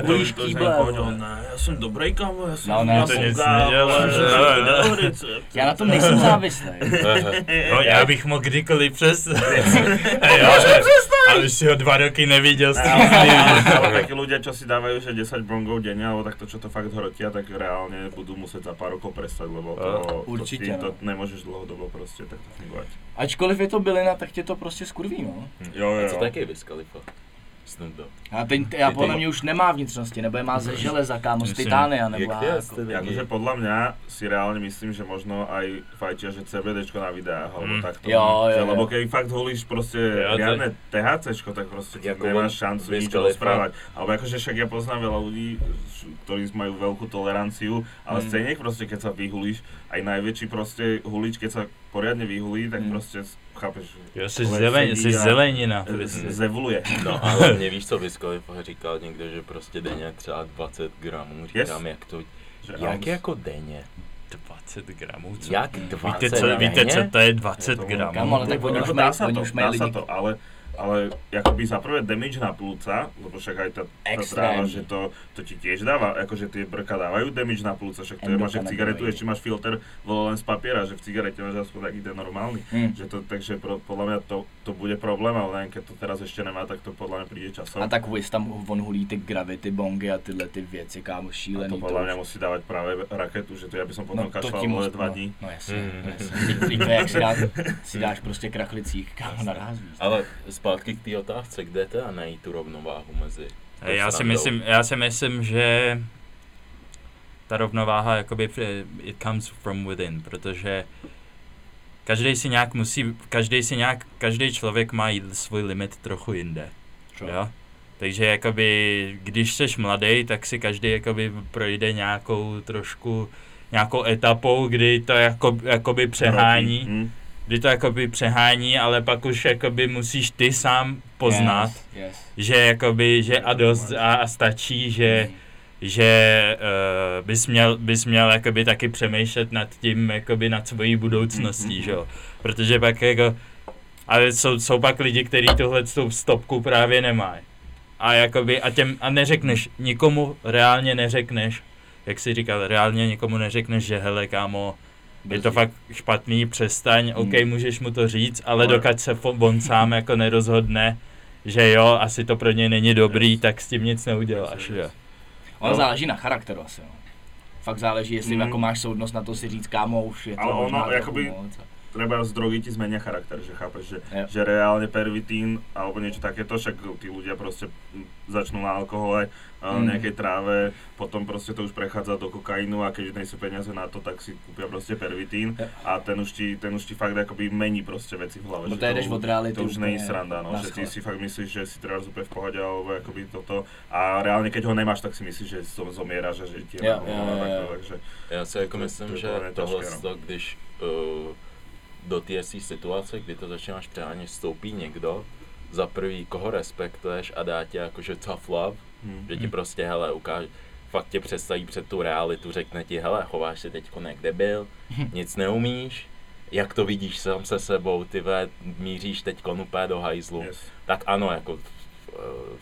to-
Bulíš
to už
kýble,
mi povedal,
vole.
no, "Ne, ja som dobrý kámo, ja som
No, ne,
ja
to
som
nic
kámo,
nedělám,
ale-
že-
ale-
ne.
dobrý, co-
Já na tom nejsem závislý.
No, já bych mohl kdykoliv přes. jo, ale už si ho dva roky
Ne,
neviděl. střízlivě.
ale- ale- ale takí ľudia, čo si dávajú, že 10 brongov denne, alebo takto, čo to fakt hrotia, tak reálne budú musieť za pár rokov prestať, lebo to, to,
Určitě,
si,
no.
to nemôžeš dlhodobo proste takto fungovať.
Ačkoliv je to bylina, tak tě to prostě skurví, no.
Jo, jo,
A co
jo.
taky vyskalifa? Snoop Dogg.
A teď, já
Ty
podle
to-
mě už nemá vnitřnosti, nebo je má ze železa, kámo, z
Myslím,
titánia, nebo
Jak
já
ty
jako-
jste
Akože
lidi?
podľa mňa si reálne myslím, že možno aj fajčia, že CBDčko na videách, alebo
Mm.
takto.
Jo,
že,
jo,
lebo
jo.
keď fakt holíš proste
Jo, to-
riadne THCčko, tak proste
Jako
nemáš
on
šancu nič
vyskali
rozprávať. Alebo akože však ja poznám veľa ľudí, š- ktorí majú veľkú toleranciu, ale mm. stejne proste keď sa vyhulíš, aj najväčší proste hulič, keď sa poriadne vyhulí, tak
Mm.
proste s- chápeš,
Jo, jsi,
Ale
zelen,
sedí
jsi
a-
zelenina.
e,
Prostě.
z- zevuluje.
No ale mě víš co, Vyskalifa říkal někdo, že prostě denně třeba 20 gramů, říkám
Yes.
jak to
Že
Jak
ounce.
jako denně?
20 gramů, co?
Jak 20
Víte, co,
na
víte,
méně?
co to je 20
Je to-
gramů?
Kámo, ale tak oni už
Ako
mají,
dá sa
oni
to,
už
dá
mají
sa
lidi.
to, ale, ale akoby za prvé damage na plúca, lebo však aj tá, tá
Extrémny.
tráva, že to, to ti tiež dáva, akože tie brka dávajú damage na plúca, však to je, máš že v
Endokannabinoidy.
cigaretu ešte máš filter vole len z papiera, že v cigarete máš aspoň taký ten normálny.
Hm.
Že to, takže pro, podľa mňa to, to bude problém, ale len keď to teraz ešte nemá, tak to podľa mňa príde časom.
A tak Wiz tam on hulí ty gravity bongy a tyhle ty věci,
a
kámo, šílený.
to podľa mňa
už-
musí dávať práve raketu, že to ja by som potom no,
No to
kašľal
ti
vole Mhm.
musí,
dva
no,
dní.
no jasně,
Mm.
no jasně. Vždyť to je, jak si, dá, si dáš prostě krachlicích, kámo, narázíš.
Ale zpátky k té otázce, kde teda najít tu rovnováhu mezi...
Já si,
standou?
myslím, já si myslím, že ta rovnováha, jakoby, eh, it comes from within, protože každý si nějak musí, každý si nějak, každý člověk má jít svůj limit trochu jinde.
Čo?
Jo? Takže jakoby, když seš mladý, tak si každý jakoby projde nějakou trošku, nějakou etapou, kdy to jako, jakoby přehání,
Roky. Hm.
kdy to jakoby přehání, ale pak už jakoby musíš ty sám poznat,
Yes, yes.
že jakoby, že a dost a, a stačí, že,
Mhm.
že uh, bys, měl, bys měl jakoby taky přemýšlet nad tím, jakoby nad svojí budoucností,
Mhm.
že jo. Protože pak jako, ale jsou, jsou pak lidi, kteří tuhle tu stopku právě nemají. A jakoby, a těm, a neřekneš, nikomu reálně neřekneš, jak jsi říkal, reálně nikomu neřekneš, že hele kámo, je to fakt špatný, přestaň, OK,
Hmm.
můžeš mu to říct, ale
Mm. Ale-
dokud se fo- on sám jako nerozhodne, že jo, asi to pro něj není dobrý,
Yes.
tak s tím nic neuděláš, jo.
Ono
No.
záleží na charakteru asi, no. Fakt záleží, jestli
Mm.
jako máš soudnost na to si říct, kámo, už je to
Ale ono,
možná trochu
jakoby-
moc.
treba z drogy ti zmenia charakter, že chápeš, že,
Jo.
že reálne pervitín alebo niečo takéto, však tí ľudia proste m, začnú na alkohole, mm.
Mm.
nejakej tráve, potom proste to už prechádza do kokainu a keď už nejsú peniaze na to, tak si kúpia proste pervitín
Jo.
a ten už ti, ten už ti fakt akoby mení proste veci v hlave.
No
že
to jdeš od reality
to už není
úplně
sranda, no,
na
že ty
schvál.
si fakt myslíš, že si teraz úplne v pohode alebo akoby toto a reálne keď ho nemáš, tak si myslíš, že zom- zomieraš a že ti je
Jo,
na hovno
jo,
a
jo,
takto,
jo.
takže
Já si jako
To- to
myslím,
je
že
podle mě
tohle,
těžké, no.
to, když uh, do té jistý situace, kdy to začínáš přehánět, vstoupí někdo, za prvý, koho respektuješ a dá ti jakože tough love,
hm.
že ti prostě, hele, ukáže, fakt tě představí před tu realitu, řekne ti, hele, chováš se teď jak debil, nic neumíš, jak to vidíš sám se sebou, ty ve, míříš teď úplně do hajzlu.
yes.
Tak ano, jako eh,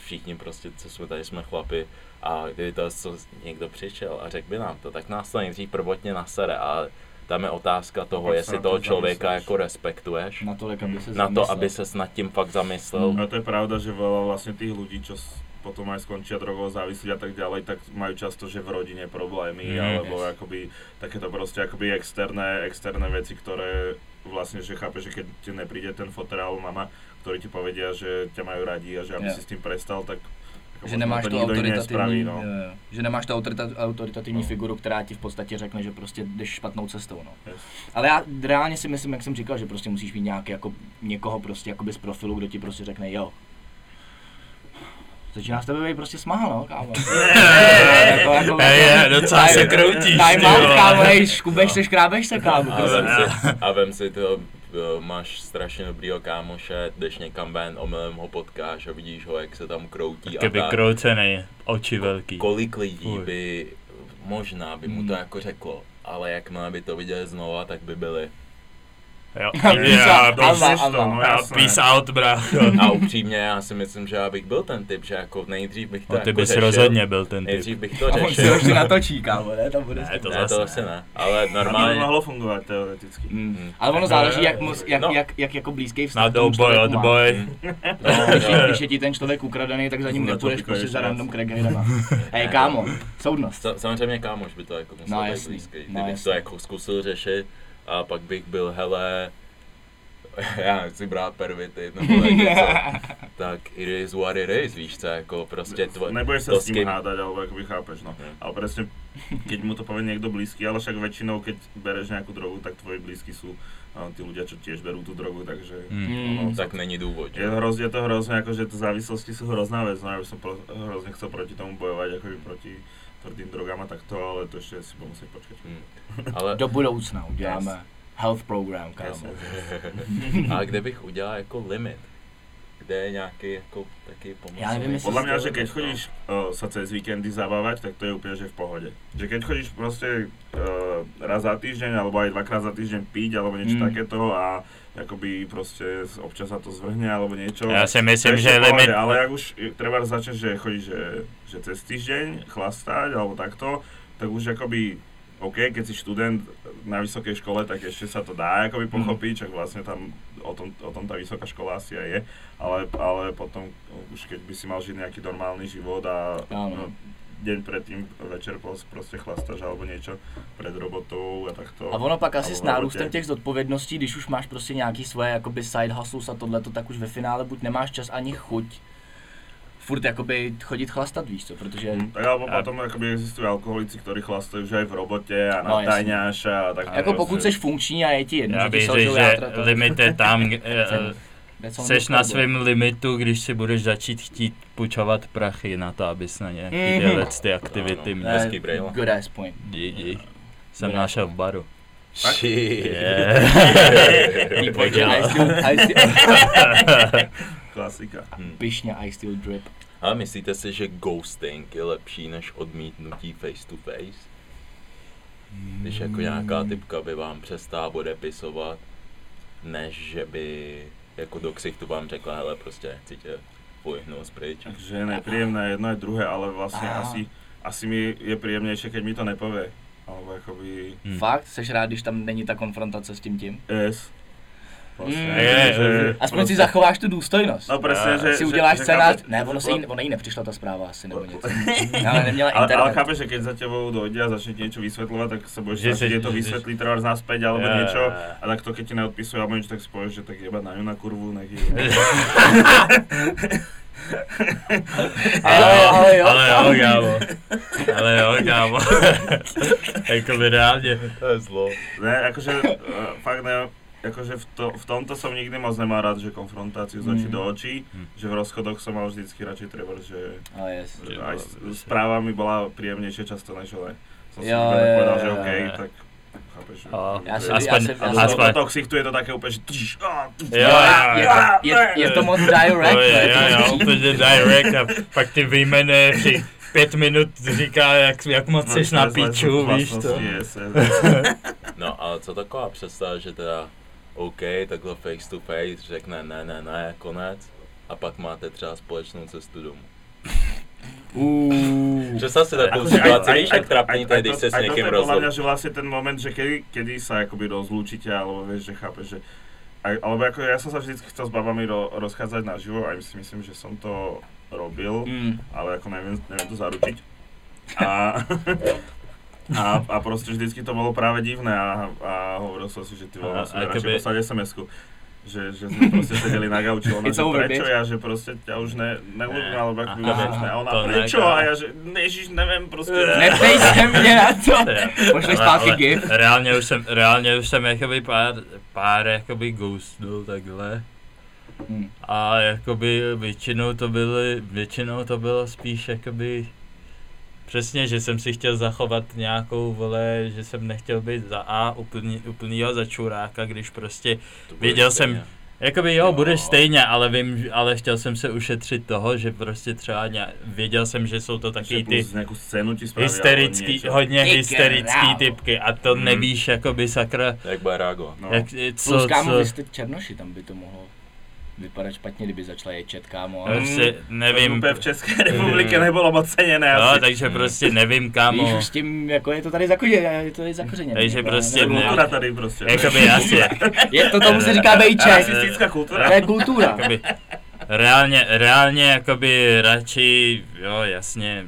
všichni prostě, co jsme tady, jsme chlapi a kdyby to co někdo přišel a řekl by nám to, tak nás to nejdřív prvotně nasere, ale tam je otázka toho,
Pak se
jestli
na to
toho člověka
zamyslíš.
jako respektuješ,
Natolik,
Mhm.
aby se
na to,
zamyslel.
aby ses nad tím fakt zamyslel.
No to je pravda, že veľa vlastne tých ľudí, čo s- potom aj skončia drogovo závislí a tak ďalej, tak majú často, že v rodine problémy,
Mhm.
Mm.
mm, alebo
Yes.
akoby takéto proste akoby externé, externé veci, ktoré vlastne, že chápe, že keď ti nepríde ten foter alebo mama, ktorí ti povedia, že ťa majú radi a že aby
Jo.
si s tým prestal, tak ako
že
možno
nemáš tu
nikto iný nespraví,
autoritativní,
no.
jo, jo. že nemáš tu autorita- autoritativní
No.
figuru, která ti v podstatě řekne, že prostě jdeš špatnou cestou. No.
Yes.
Ale já reálně si myslím, jak jsem říkal, že prostě musíš mít nějaký jako, někoho prostě jakoby z profilu, kdo ti prostě řekne jo. Začíná z tebe být prostě smál, no, kámo. Jako- jako-
Hej, je, Eh, docela se
Time-
kroutíš,
Time
ty
out,
vole.
kámo, hej, škubeš se, škrábeš se, kámo. prostě.
A vem, si, a vem si to, eh, máš strašně dobrýho kámoše, jdeš někam ven, omylem ho potkáš a vidíš ho, jak se tam kroutí
Kdyby
a tak.
kroucený, oči velký.
Kolik lidí
Fuj.
by, možná by mu to jako řeklo, ale jakmile by to viděli znova, tak by byli.
Jo,
Peace
já,
out,
peace,
ama,
Myslíš to,
ama.
no
já,
jasné.
peace out, No, brácho.
A upřímně, já si myslím, že já bych byl ten typ, že jako nejdřív bych to
No,
jako
ty bys
řešil,
rozhodně byl ten typ.
Nejdřív bych to
A on si
řešil.
ho ještě natočí, kámo, ne, tam bude.
Ne, to
To ne, to
zase
asi
ne.
ne, ale
Normálne. by
normálně.
mohlo fungovať teoreticky.
Mm.
Mm.
Ale ono záleží, jak, moc, jak,
No.
jak, jak jako blízký vztah
Na
k tomu
douboj,
člověku má.
odboj.
No,
Když, je-
jo.
když je ti ten člověk ukradený, tak za ním
Na to
nepůjdeš
pikuješ
prostě za
víc.
random kregerama. Hej,
Ne,
kámo, soudnost.
Sa- Samozřejmě kámoš by to jako musel
No,
být
jasný,
blízký. Ty
no,
bych
jasný.
to jako zkusil řešit a pak bych byl, hele, já nechci brát pervity, nebo tak něco. tak it is what it is, víš co, jako prostě tvo,
Nebudeš sa
to
s ním hádať, alebo akoby chápeš, no.
Hm.
Ale presne, keď mu to povie niekto blízky, ale však väčšinou, keď bereš nejakú drogu, tak tvoji blízky sú a, tí ľudia, čo tiež berú tú drogu, takže...
Hmm.
Mm.
No, tak není důvod.
Je to hrozne, je to hrozne, akože to závislosti sú hrozná vec, no ja by som pro, hrozne chcel proti tomu bojovať, akoby proti tvrdým drogám a takto, ale to ešte si budem musieť počkať.
Hm. Ale
Do budoucna uděláme health program, kámo.
Jasne.
a kde bych udělal jako limit? Kde je nějaký jako taky pomoc?
Já nevím, jestli-
Podľa mňa, že keď eh, chodíš o, sa cez víkendy zabávať, tak to je úplne že v pohode. Že keď chodíš proste o, prostě, eh, raz za týždeň, alebo aj dvakrát za týždeň piť, alebo niečo
Mm.
takéto a jakoby proste s- občas sa to zvrhne, alebo niečo.
Já si myslím,
Ešte
že
v pohode,
limit...
Ale ak už je- treba začať, že chodí, že, že cez týždeň chlastať alebo takto, tak už akoby OK, keď si študent na vysokej škole, tak ešte sa to dá
Mm.
akoby pochopiť, čak vlastne tam o tom, o tom tá vysoká škola asi aj je, ale, ale potom už keď by si mal žiť nejaký normálny život a
Áno.
no, deň predtým, večer pos- proste chlastaš alebo niečo pred robotou a takto.
A ono pak asi
Alebo
s
na
nárůstem
autě.
těch zodpovědností, když už máš prostě nějaký svoje jakoby side hustles a tohleto, tak už ve finále buď nemáš čas ani chuť furt jakoby chodit chlastat, víš co, protože
Mm, Tak alebo
A-
potom akoby existujú alkoholici, ktorí chlastajú že aj v robote a
No,
no,
jasne.
natajňáš a tak. prostě
jako pokud jsi funkční a je ti jedno,
Já
že ti
bych řekl,
selžou
že
játra, to-
limit je tam, eh,
Ten- that's on
seš
the
na
club,
svém limitu, když si budeš začít chtít půjčovat prachy na to, abys na
Mhm.
nějaký dělec ty aktivity
Ano.
měl.
bro. To je
Hezký brejle.
Eh, Good ass point.
Didi. Jsem našel v baru.
Shit.
Yeah.
I
Podělal.
still, I still,
Klasika.
pišně, I still drip.
Hm. Ale myslíte si, že ghosting je lepší než odmítnutí face to face? Když jako
Hmm.
nějaká typka by vám přestá odepisovat, než že by jako do ksichtu vám řekla, hele prostě nechci tě pojihnout pryč.
Takže je nepríjemné jedno aj druhé, ale vlastne
Aha.
asi, asi mi je príjemnejšie, keď mi to nepovie. Alebo akoby
Hm.
Fakt? Seš rád, když tam není ta konfrontace s tím tím?
S. Vlastne,
Mm.
Je, je.
Aspoň si zachováš tu důstojnost.
prostě- No presne,
A
že...
si
že-
uděláš
že
scénář,
chápe-
ne, ono se jí,
Ale-
ona jí nepřišla ta zpráva asi nebo něco. Ale neměla
ale, ale
internet.
chápeš, že keď za tebou dojde a začne ti niečo vysvetľovať, tak sa budeš
Že
snažiť
se-
jej to
že-
vysvetliť, treba naspäť alebo
Je.
niečo. A tak to, keď ti neodpisuje alebo niečo, tak si povieš, že tak jeba na ňu na kurvu, nech je-
Ale,
Ale jo.
ale jo, kámo. Ale jo, kámo. jako by reálně.
To je zlo.
Ne, akože uh, fakt ne, akože v, to, v tomto som nikdy moc nemal rád, že konfrontáciu z očí
Mm.
do očí,
Mm.
že v rozchodoch som mal vždycky radšej treba, že
Ale yes.
že
Že
aj
bola-
s-
že-
správa mi bola príjemnejšia často než ale som si
Jo,
iba
jo,
povedal,
jo,
že
jo,
OK,
jo.
tak chápeš. že-
A,
že-
Ja si-
a,
aspoň,
ja si- ja si-
a do,
aspoň,
do toxichtu je to také úplne, že tš, á, tš,
Jo, jo,
Je,
jo.
to- je, je to moc direct.
To No, je,
to
jo,
moc
jo,
přímý.
úplně direct a pak ty vyjmenuje při pět minut říká, jak, jak moc
no,
seš na
zlé- zlé
píču, víš to.
vlastnosti, yes, yes.
No ale co taková představa, že teda OK, takhle face to face, řekne ne, ne, ne, konec. A pak máte třeba společnou cestu domů.
Uuu.
Představ si takovou
Akože Jako aj-
situaci,
aj-
víš, jak
aj-
trapný
aj-
to je,
aj
Jako když
to-
se s
aj toto
někým
je podľa
rozhodl.
mňa, že vlastne ten moment, že kedy, kedy sa akoby rozlúčite, alebo vieš, že chápeš, že... Aj, alebo jako ako ja som sa vždy chcel s babami ro, rozchádzať naživo, aj si myslím, že som to
Mhm.
robil,
Mm.
ale ako neviem, neviem to zaručiť. A, a, a proste vždycky to bolo práve divné a, a hovoril som si, že ty
A-
vole, musíme
a
radšej
keby-
poslať SMS-ku. Že, že sme proste sedeli na gauči, ona,
It's
že
over,
prečo
bitch.
ja, že proste ťa už ne, neľúbim, alebo ako
Aha,
a ona
to ne,
prečo,
kámo.
a ja že prostě." ježiš, neviem, proste.
Neptej se mě na to. Pošleš
Ale-
zpátky
ale
gif.
Reálně už jsem, reálně už jsem jakoby pár, pár jakoby ghostnul takhle.
Mm.
A jakoby většinou to byly, většinou to bylo spíš jakoby Přesně, že jsem si chtěl zachovat nějakou, vole, že jsem nechtěl být za A úplný, úplnýho začuráka, když prostě,
To bude
Věděl jsem,
stejně.
jakoby jo,
Jo.
budeš stejně, ale vím, ale chtěl jsem se ušetřit toho, že prostě třeba nějak, věděl jsem, že jsou to taky ty,
nejakú scénu ti spravia.
hysterický, hodně
Ty
hysterický
krávo.
typky a to
Mhm.
nevíš jakoby sakra,
Jak bude reagovat?
No.
jak, eh,
Plus
co,
kámo,
co,
vy jste černoši, tam by to mohlo vypadat špatně, kdyby začala ječet, kámo. ale-
prostě
Nevím.
nevím,
Úplně v České republike nebylo moc ceněné
no,
asi.
takže
Mm.
prostě nevím
Víš,
kámo,
už s tím, jako je to tady zakořeněné, je to tady zakořeněné.
Takže
jako,
prostě
nebo-
ne-
Kultura tady prostě.
jakoby jasně,
Je to tomu se říká bejček.
Rasistická kultura.
To je kultura.
jakoby, reálně, reálně jakoby radši, jo jasně,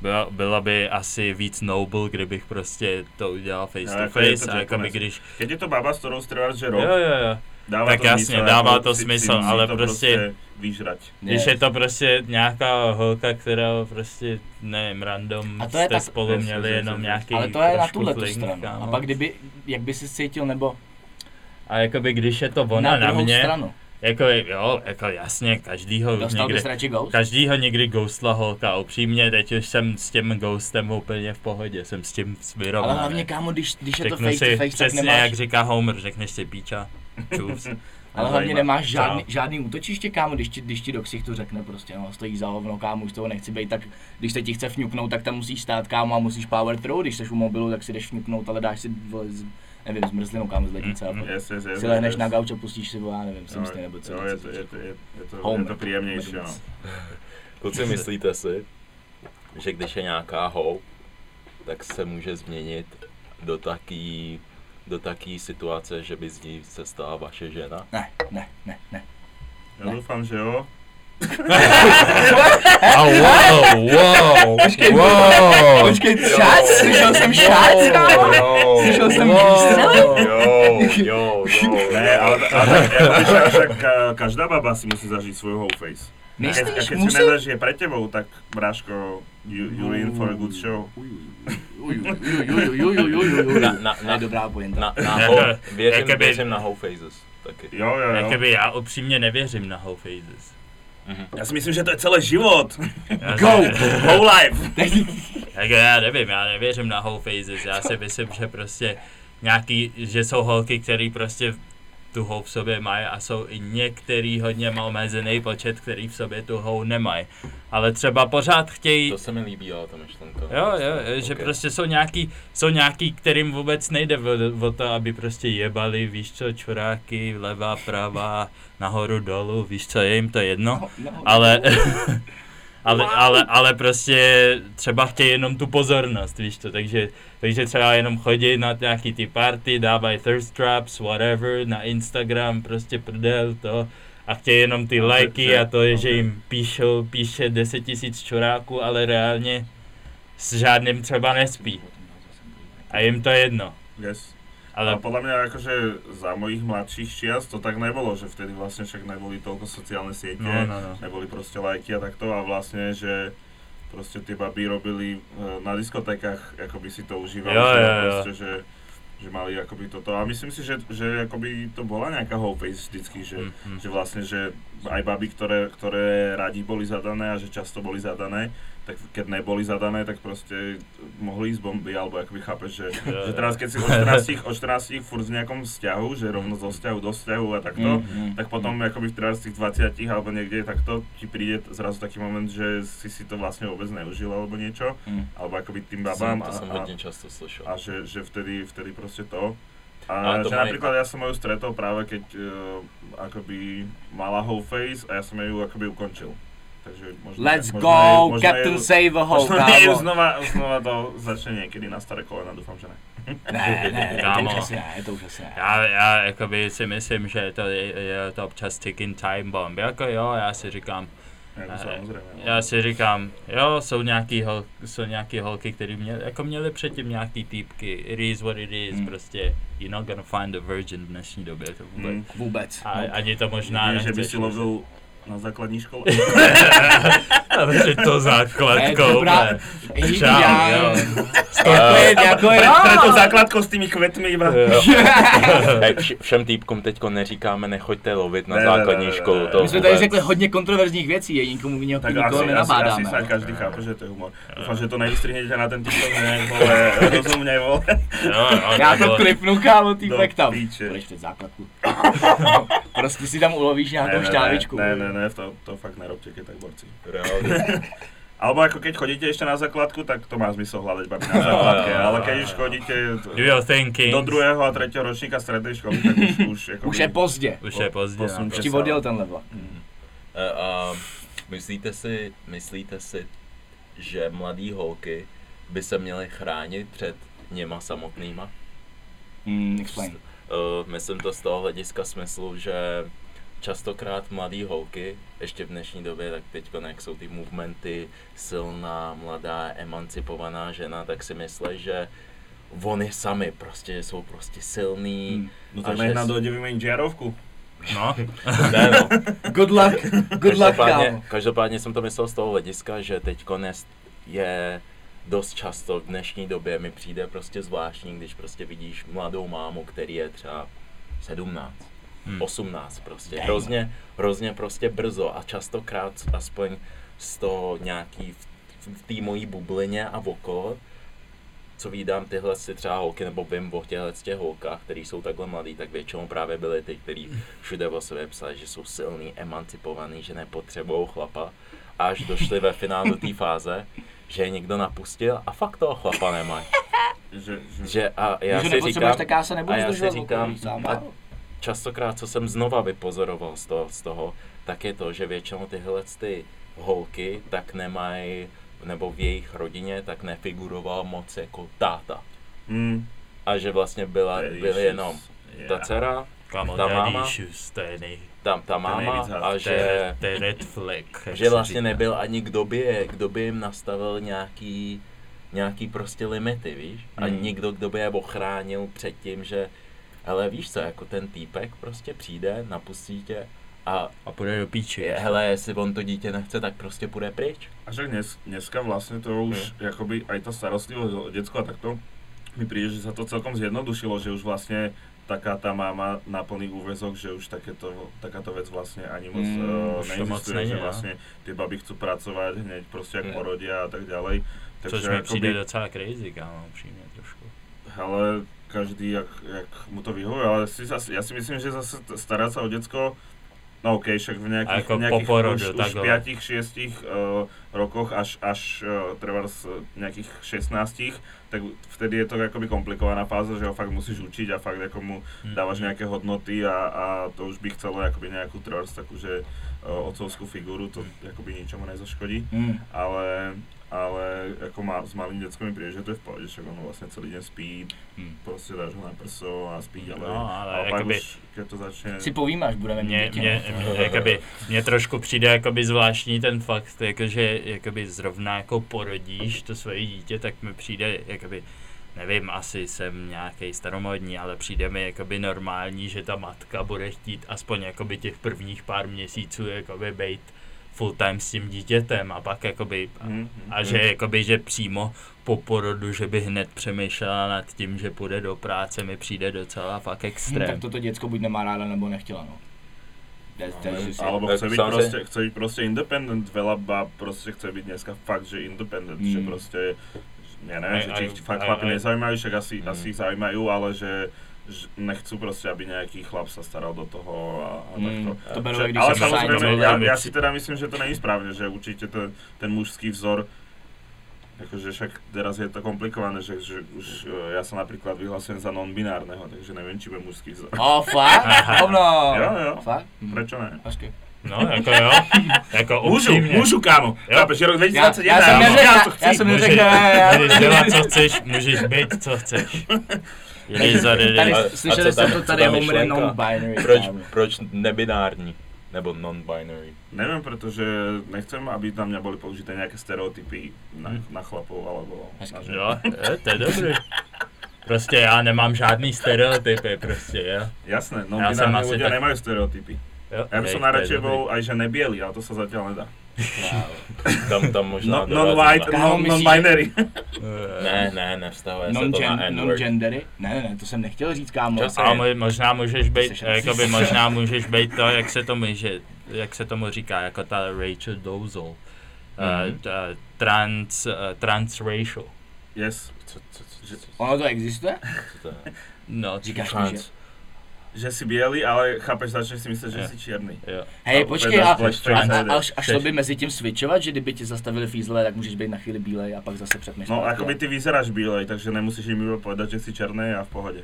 byla, byla by asi víc noble, kdybych prostě to udělal
No,
face to
jako je to
face a jakoby
nakonec.
když,
Keď je to baba, s ktorou strváš, že
jo
rok,
jo jo,
dáva
Tak
to
jasně,
smysl,
dává
jako
to
si-
smysl,
si- si
ale
to
prostě-
Vyžrať.
když je to prostě nějaká holka, která prostě, nevím, random
A to je
jste
tak-
spolu
Jasně,
měli
jasně,
jenom
jasně.
nějaký
Ale to je na
trošku
tuhle tu
fling,
stranu. no.
kámo.
A pak kdyby, jak by si cítil, nebo
A jakoby když je to
na
ona na,
druhou
mě,
stranu.
jako jo, jako jasně, každýho
Dostal
někdy,
bys radši ghost?
každýho někdy ghostla holka, a upřímně, teď už jsem s tím ghostem úplně v pohodě, jsem s tím
Ale
vyrovnaný.
hlavně kámo, když, když je to
Řeknu
face
si,
to face, tak
přesně
nemáš.
jak říká Homer, řekneš si píča, čus.
Ale hlavně
Zajímá-
nemáš
Čau.
žádný, žádný útočiště, kámo, když ti, když ti do ksichtu řekne prostě, no, stojí za hovno, kámo, už toho nechci být, tak když se ti chce vňuknout, tak tam musíš stát, kámo, a musíš power through, když jsi u mobilu, tak si jdeš vňuknout, ale dáš si, vole, z, nevím, zmrzlinu, kámo, z lednice a
Mm,
pak
Yes, yes, yes,
si lehneš
yes.
na gauč a pustíš si, vole, já nevím,
Jo,
simsty nebo co.
jo,
něco,
je
co
to, je to, je to, je to, je
Homer.
to příjemnější, no.
Medvěd.
Kluci, myslíte si, že když je nějaká hou, tak se může změnit do taký, do taký situace, že by z ní se stala vaše žena?
Ne, ne, ne, ne.
Já doufám, že jo.
A wow, wow, wow.
Počkej, šát, slyšel jsem šát, kámo. Slyšel jsem
No.
výstřel.
Jo, jo, jo.
Ne, ale, ale tak, jakoby, však, však eh, každá baba si musí zažít svůj whole face. A keď, a
Myslíš,
keď si
musel?
nezažije pre tebou, tak bráško, you, you're in for a good show.
Na- na-
To
na-
je dobrá pointa.
Na, na ho, věřím,
Jakoby-
věřím na whole faces taky.
Jo, jo, jo.
No. Jakoby já upřímně nevěřím na whole faces. Mhm.
Já si myslím, že to je celý život.
Já
Go!
Whole life.
Tak já nevím, já nevěřím na whole faces, já si myslím, že prostě nějaký, že jsou holky, které prostě tu hou v sobě mají a jsou i některý hodně omezený počet, který v sobě tu hou nemají. Ale třeba pořád chtějí,
To se mi líbí, ale ta myšlenka.
jo, jo, že
vlastně, no, Ok.
prostě jsou nějaký, jsou nějaký, kterým vůbec nejde o, o to, aby prostě jebali, víš co, čuráky, levá, pravá, nahoru, dolů, víš co, je jim to jedno ale, ale, ale, ale prostě třeba chtějí jenom tu pozornost, víš to, takže, takže třeba jenom chodí na nějaký ty party, dávají thirst traps, whatever, na Instagram, prostě prdel, to, a chtějí jenom ty
No, že-
lajky
že-
a to je, že
ok.
jim píšou, píše 10 tisíc čuráků, ale reálně s žádným třeba nespí. A jim to jedno.
Yes.
Ale
Ale podľa mňa akože za mojich mladších čias to tak nebolo, že vtedy vlastne však neboli toľko sociálne siete,
no, no, no.
neboli proste lajky a takto a vlastne, že proste tie baby robili eh, na diskotékach, akoby si to užívali,
Jo,
že,
jo, jo.
proste, že, že mali akoby toto a myslím si, že, že akoby to bola nejaká whole face vždycky, že,
Hm, hm.
že vlastne, že aj baby, ktoré, ktoré radi boli zadané a že často boli zadané, tak keď neboli zadané, tak proste mohli ísť bomby, alebo akoby chápeš, že, že
Jo, jo.
teraz keď si o 14, o 14 furt v nejakom vzťahu, že rovno zo vzťahu do vzťahu a takto,
Mm.
tak potom
Hmm.
akoby v 14 20 alebo niekde takto ti príde t- zrazu taký moment, že si si to vlastne vôbec neužil alebo niečo,
Mm.
alebo akoby tým
To jsem,
babám a,
to jsem
a,
hodně často slyšel.
a že, že vtedy, vtedy proste to.
Ale
A
to
že
mají-
napríklad ja som ju stretol práve keď uh, akoby mala whole face a ja som ju akoby ukončil. Takže možno,
Let's
možno
go,
ju- možno
Captain
ju-
Save a Hulk,
možno ju
kámo.
znova, znova to začne niekedy na staré kolena, dúfam, že ne.
Ne, ne, ne, to
Kámo.
už asi ne, to už asi ne.
Já, já jakoby si myslím, že to je, je to občas ticking time bomb. Jako jo, já si říkám,
Jako
Eh,
samozřejmě.
já si říkám, jo, jsou nějaký, hol, jsou nějaký holky, které mě, jako měly předtím nějaký týpky. It is what it is,
Hmm.
prostě you're not gonna find a virgin v dnešní době. To vůbec.
Hm.
Vůbec.
A, ani to možná
Jedině,
nechceš.
že by si lovil na základní škole.
Ale že to základkou.
To je dobrá-
vole.
Ej,
Čau,
já-
jo.
To je jako je.
to je to základko s tými kvetmi iba.
Jo.
Hej, vš- všem týpkům teďko neříkáme, nechoďte lovit na
Ne, ne, ne,
základní
ne,
školu.
ne.
to
My jsme tady
vůbec.
řekli hodně kontroverzních věcí, je nikomu jiného
Tak
nikoho
asi, asi, asi
nenabádáme.
sa každý chápe, že to je humor. Dúfam, že to nevystrihnete na ten TikTok, ne, vole, rozumne, vole.
Jo, jo,
Já
nebo-
to klipnu, kámo, týpek
Do
tam.
píče.
Půjdeš před základku. Prostě si tam
Ne,
ulovíš nějakou
ne,
šťávičku.
Ne, ne, ne, to, to fakt nerobte, keď tak borci.
Reálně.
Alebo ako keď chodíte ešte na základku, tak to má zmysel hľadať babi na základke, ale keď už chodíte
Do your thinking.
do druhého a tretieho ročníka strednej školy, tak už, už, jako
Už je pozdě.
Už je pozdě. no. na
Posunte
to.
Už ti odjel tenhle vlak.
E, a myslíte si, myslíte si, že mladý holky by se měly chránit před něma samotnýma?
Hmm, explain.
Uh, myslím to z toho hlediska smyslu, že častokrát mladé holky, ještě v dnešní době, tak teď, jak jsou ty movementy, silná, mladá, emancipovaná žena, tak si myslí, že oni sami prostě jsou prostě silný.
No tak nech nám dojde vymeniť žiarovku.
No.
Ne, no.
Good luck, good luck, kámo.
každopádně, každopádně jsem to myslel z toho hlediska, že teď konec je dost často v dnešní době mi přijde prostě zvláštní, když prostě vidíš mladou mámu, který je třeba 17,
Hmm.
18 prostě.
Damn.
Hrozně, hrozně prostě brzo a častokrát aspoň z toho nějaký v, v té mojí bublině a okolo co vídám tyhle si třeba holky nebo vím o těchhle z těch holkách, který jsou takhle mladý, tak většinou právě byly ty, který všude o sobě psali, že jsou silný, emancipovaný, že nepotřebují chlapa. Až došli ve finále do té fáze, že je někdo napustil a fakt toho chlapa nemají.
Že, že,
Že a já
Když ho
si
nepotřebuješ,
říkám,
tak já se nebudu
a já si
zdržovat,
říkám,
okolí, sám,
a
jo.
častokrát, co jsem znova vypozoroval z toho, z toho tak je to, že většinou tyhle ty holky tak nemají, nebo v jejich rodině tak nefiguroval moc jako táta.
hm,
A že vlastně byla,
to je
byly
issues.
jenom ta
Yeah.
dcera,
Kámo,
Ta
ta daddy
máma?
issues, to je nej...
tam ta máma
nejvíc hard.
a
To je,
že,
to je red flag. jak
že
se
vlastně
říká.
nebyl ani kdo by, je, kdo by jim nastavil nějaký, nějaký prostě limity, víš? A
Hmm.
Mm.
nikdo, kdo by je ochránil před tím, že ale víš co, jako ten týpek prostě přijde, napustí tě a
A půjde do píči.
Je, hele, jestli on to dítě nechce, tak prostě půjde pryč.
A však dnes, dneska vlastne to
Hmm.
už, jakoby aj tá starostlivosť o decko a takto, mi príde, že sa to celkom zjednodušilo, že už vlastne taká tá máma na plný úvezok, že už takéto, takáto vec vlastne ani moc
Mm,
mm,
už to moc
neexistuje,
není,
že
no. Hmm.
vlastne tie baby chcú pracovať hneď proste ak
Mm.
porodia a tak ďalej.
Což
Takže jako
mi přijde
akoby,
docela crazy, kámo, upřímně trošku.
hele, každý, jak, jak mu to vyhovuje, ale si, zas- ja si myslím, že zase t- starať sa o decko, no okej, však v
A
nejakých,
ako
v
po
nejakých
porodu,
už, už
takhle.
5-6 uh, rokoch až, až uh, treba z nejakých 16, tak vtedy je to akoby komplikovaná fáza, že ho fakt musíš učiť a fakt ako mu
Hm.
dávaš nejaké hodnoty a, a to už by chcelo akoby nejakú treba takú, že uh, otcovskú figuru, to akoby ničomu nezaškodí
Hmm.
ale, ale ako má, s malým deckom mi príde, že to je v pohode, však ono vlastne celý deň spí,
Hm.
proste dáš ho na prso a spí ďalej.
No, ale
a pak
akoby-
už, keď to začne...
Si povíme, až budeme mít
Mně,
děti.
mně,
no.
mně, jakoby, mně trošku přijde jakoby zvláštní ten fakt, jakože jakoby zrovna jako porodíš to svoje dítě, tak mi přijde jakoby, nevím, asi jsem nějaký staromodní, ale přijde mi jakoby normální, že ta matka bude chtít aspoň jakoby těch prvních pár měsíců jakoby být full time s tím dítětem a pak jakoby, a,
Mhm,
a
mhm.
že jakoby, že přímo po porodu, že by hned přemýšlela nad tím, že půjde do práce, mi přijde docela fakt
Hmm, tak
extrém.
toto děcko buď nemá ráda, nebo nechtěla, no. To je- to je-
Ale-
si-
Alebo
Tak
chce byť,
samozrejme-
proste, chce byť proste independent, veľa bab proste chce byť dneska fakt, že independent,
Mm.
že proste, ja neviem,
Aj-
že
aj-
či ich fakt
aj-
chlapi
aj-
nezaujímajú, však asi,
Hmm.
Mm.
asi ich zaujímajú, ale že, že nechcú proste, aby nejaký chlap sa staral do toho a, a
Hmm,
takto.
to beru,
Že-
jak když
ale
jsem
samozrejme,
sájnil.
ja, ja si teda myslím, že to není správne, že určite ten, ten mužský vzor Akože však teraz je to komplikované, že, že už e, ja sa napríklad vyhlasujem za non-binárneho, takže neviem, či bude mužský vzor.
O, fakt? Hovno!
Jo, jo.
Fakt? Hm.
Prečo ne?
Hezky.
No, jako jo, jako
Můžu,
upřímně.
můžu, kámo.
Jo.
Chápeš, je rok
Já, já, jsem
2021, já,
neřekl,
já to
já,
chci.
já jsem
Můžeš-
neřekl, ne, já-
Můžeš dělat, co chceš, můžeš být, co chceš. Jdi za
Tady,
jdi.
A- a
slyšeli
co tam-
jste to
co
tady,
tam je
homo
myšlenka?
non-binary.
Proč,
kámo.
proč nebinární? Nebo non-binary?
Nevím, protože nechcem, aby na mě byly použité nějaké stereotypy na, na chlapov alebo na žen.
Jo, jo, to je dobrý. Prostě já nemám žádný stereotypy, prostě, jo.
Jasné, no
Já
já
jsem
jsem
asi
ľudia
tak-
tak... nemajú stereotypy.
jo
Já bych som
to je
najradšej
dobrý.
bol aj že nebielý, ale to sa zatiaľ nedá.
Tam, tam možná
No,
dorazí
non-white,
na-
Já ho
non-
myslím-
non-binary.
Ne, ne, nevztahuje se to na
Non-gen-
N-word.
Non-gendery? Ne, ne, ne, to jsem nechtěl říct, kámo.
Čas-
A mo- možná můžeš být,
Jsi
jakoby
racist.
možná můžeš být to, jak se tomu, že, jak se tomu říká, jako ta Rachel Dozel.
Mhm.
Uh, t- trans, uh, transracial.
Yes,
Co, co, co, co,
Že-
co,
Ono to existuje?
co to je?
No,
Říkáš mi, že...
Trans.
že si bielý, ale chápeš, začneš si myslet, že
Jo.
si čierny.
jo.
Hej,
A
počkej,
úplně
a,
na
a,
flashback
a,
nejde.
a, a šlo by mezi tím switchovat, že kdyby ti zastavili fízle, tak můžeš být na chvíli bílej a pak zase přepneš.
No,
zpátky.
akoby ty vyzeráš bílej, takže nemusíš im iba povedať, že si černý a v pohode.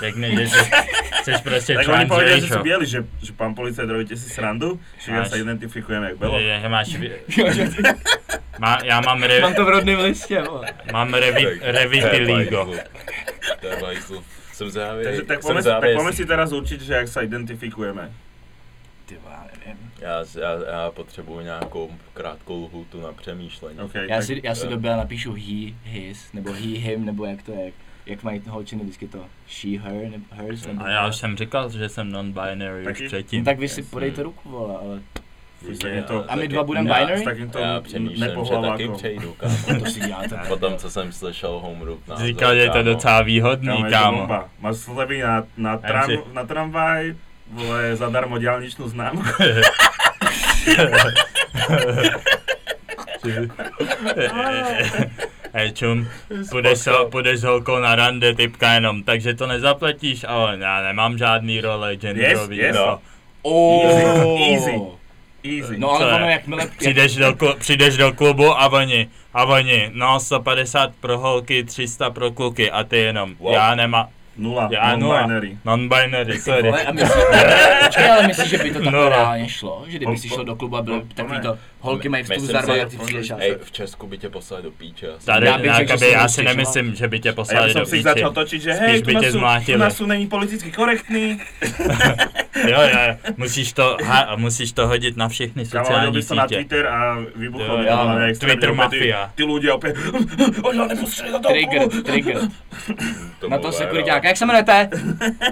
Řekne, že jsi, jsi prostě
Tak oni povedia, že si
transracial.
bieli, že, že pán policajt robíte si srandu, že ja
Máš-
sa identifikujem jak belo.
Bylo. Že máš, vě-
Jo, že ty-
má, já mám, re,
Mám to v rodném listě, vole.
mám revi, revitiligo.
To je bajzlu. Jsem závě,
Takže tak
jsem
poďme, si- tak
závěsný.
poďme si teraz určiť, že jak sa identifikujeme.
Ty vole, já nevím.
Já, já, já potřebuju nějakou krátkou lhůtu na přemýšlení.
OK,
Já
tak,
si, já si
eh.
do Bela napíšu he, his, nebo he, him, nebo jak to je. jak- Jak mají holčiny vždycky to she, her, nebo hers, nebo...
A já už jsem říkal, že jsem non-binary
Taky?
už
No
předtím.
tak vy si
Jasně.
podejte ruku, vole, ale
v podstate to,
A my
taky-
dva budeme
já-
s
binary?
takýmto
Já přemýšlím, že taky
nepohlavákom.
přejdu, kámo.
to si děláte.
Po tom, co jsem slyšel home group názor,
Říkal, že je to
kámo.
docela výhodný,
Kámo, je to
kámo.
bomba. Máš slevy na, na, tram,
si-
na tramvaj, vole, zadarmo diálničnú známku.
hej čum, půjdeš, s- půjdeš s holkou na rande, typka jenom, takže to nezapletíš, ale já nemám žádný role genderový. jako.
Yes, yes.
to.
Oh.
Easy. Easy.
No ale
Co je?
ono, jakmile
Přijdeš do, klu, přijdeš do klubu a oni, a oni, no 150 pro holky, 300 pro kluky a ty jenom,
Wow.
já nemám,
Nula.
já nula,
Non-binary.
non-binary, sorry.
Ale, a myslí, počkej, ale myslíš, že by to takhle
No.
reálně šlo? Že kdyby
Po-
si
po-
šlo do klubu a
po-
bylo
po
takový
ne.
to, holky mají vstup
Myslím
zdarma,
si,
tak ty přijdeš a
Hej, v Česku by tě poslali do píče. asi.
Tady,
Já
já,
bych řekl, že
by,
jsem
já si
rozkřičoval.
nemyslím, že by tě
no. A já
poslali
by
do
jsem si
píči.
začal točit, že
Spíš
hej,
by
tu
tě
nasu, tu
zmlátili.
nasu není politicky korektní.
Jo, jo, jo, musíš to, ha, musíš to hodit na všechny
Kavalil
sociální
bys to na
sítě.
Twitter a vybuchlo
Jo,
by
jo,
to hlavně
no.
extrémně.
Twitter
úplně ty-
mafia.
Ty lidi opět, oni ho nepustili do toho.
Trigger, trigger.
To
Na
bylo
to
viral.
sekuritáka. Jak se jmenujete?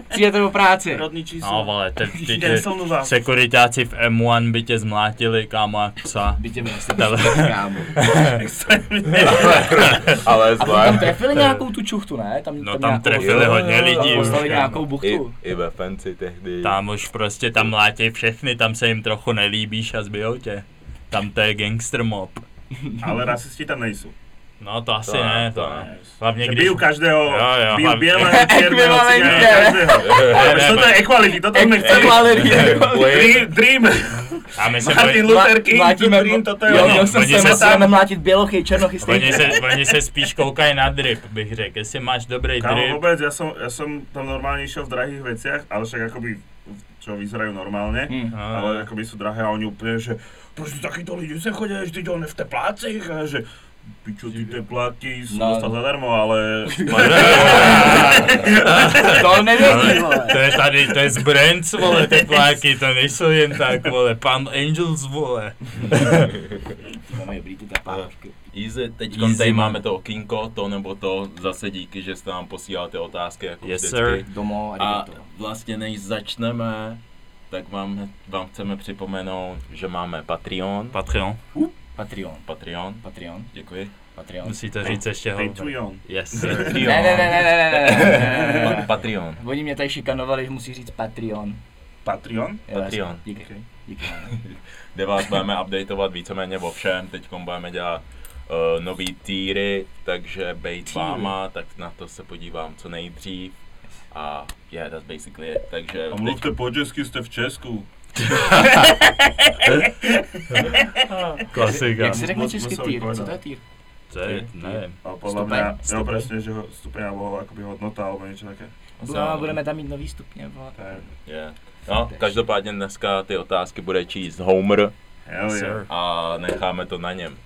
Přijdete do práce.
Rodný číslo.
No vole, te, ty,
Příští
ty,
den jsem u vás.
sekuritáci v M1 by tě zmlátili, kámo, jak psa.
By tě vlastně
Tele-
kámo.
Extrémně.
Ale
A oni tam
zvlášť.
trefili nějakou tu čuchtu, ne? Tam,
No, tam
nějakou-
trefili
Jo,
hodně
jo,
lidí
Tam
už,
poslali
kámo.
nějakou
I,
buchtu.
I ve fancy tehdy.
Tam už prostě tam mlátí všechny, tam se jim trochu nelíbíš a zbijou tě. Tam to je gangster mob.
Ale rasisti tam nejsou.
No to asi
To ne,
ne,
to
to
ne.
ne. Hlavně
Že
když...
biju každého,
Jo, jo,
biju
hlavně-
bělého, černého,
Ekvivalentně.
cigána, každého.
Ne,
Protože
ne,
toto je equality, toto nechceme.
Valerie.
Dream, dream.
A my se
Martin
boj...
Luther King,
Mlátíme-
dream, toto
Jo,
Oni-
je
měl
ono.
jsem
oni
se
se
musíme
sám-
mlátit bělochy, černochy,
Oni
stejně.
se, oni se spíš koukají na drip, bych řekl. Jestli máš dobrý
Kámo,
drip,
vôbec, ja som, ja som tam normálne išiel v drahých veciach, ale však akoby, v- čo vyzerajú normálne,
Hmm.
Hm.
No.
ale akoby sú drahé a oni úplne, že proč tu takýto ľudí sem chodia, vždy to v teplácich a že pičo, ty tepláky som
No.
dostal zadarmo, ale...
To nevědí,
Ale
vole.
to je tady, to je z Brands, vole, ty pláky, to nejsou jen tak, vole, Palm Angels, vole.
Máme dobrý ty tapáčky.
Easy, teď
Easy,
tady
man.
máme to okýnko, to nebo to, zase díky, že jste nám posílal ty otázky jako
Yes,
vždycky.
sir.
Domo,
A
arigato.
vlastně než začneme, tak vám, vám chceme připomenout, že máme Patreon.
Patreon,
Patreon.
Patreon,
Patreon.
děkuji.
Patreon.
musíte říct ještě ho.
Patreon.
Yes. sir.
Patreon.
Ne, ne, ne, ne, ne, ne, ne, ne, ne, ne.
Patreon.
Oni mě tady šikanovali, že musí říct Patreon.
Patreon?
Jo,
Patreon.
jasně. Díky. Díky.
kde vás budeme updateovat víceméně o všem. Teď budeme dělat uh, nový týry, takže bejt
Týry.
váma, tak na to se podívám co nejdřív. A yeah, that's basically it. Takže
A
teď,
mluvte po česky, jste v Česku.
Klasika.
Jak se řekne
Moc
český
musel
týr? Co to je
vypadat.
týr?
To je, nevím.
A podle
Stupeň,
mňa, jo,
stupeň.
presne, že ho- stupeň alebo akoby hodnota, alebo niečo také.
No, budeme tam mít nový stupně. vole.
Tak,
Yeah. No, každopádně dneska ty otázky bude číst Homer
hell yeah.
Sir.
a necháme to na něm.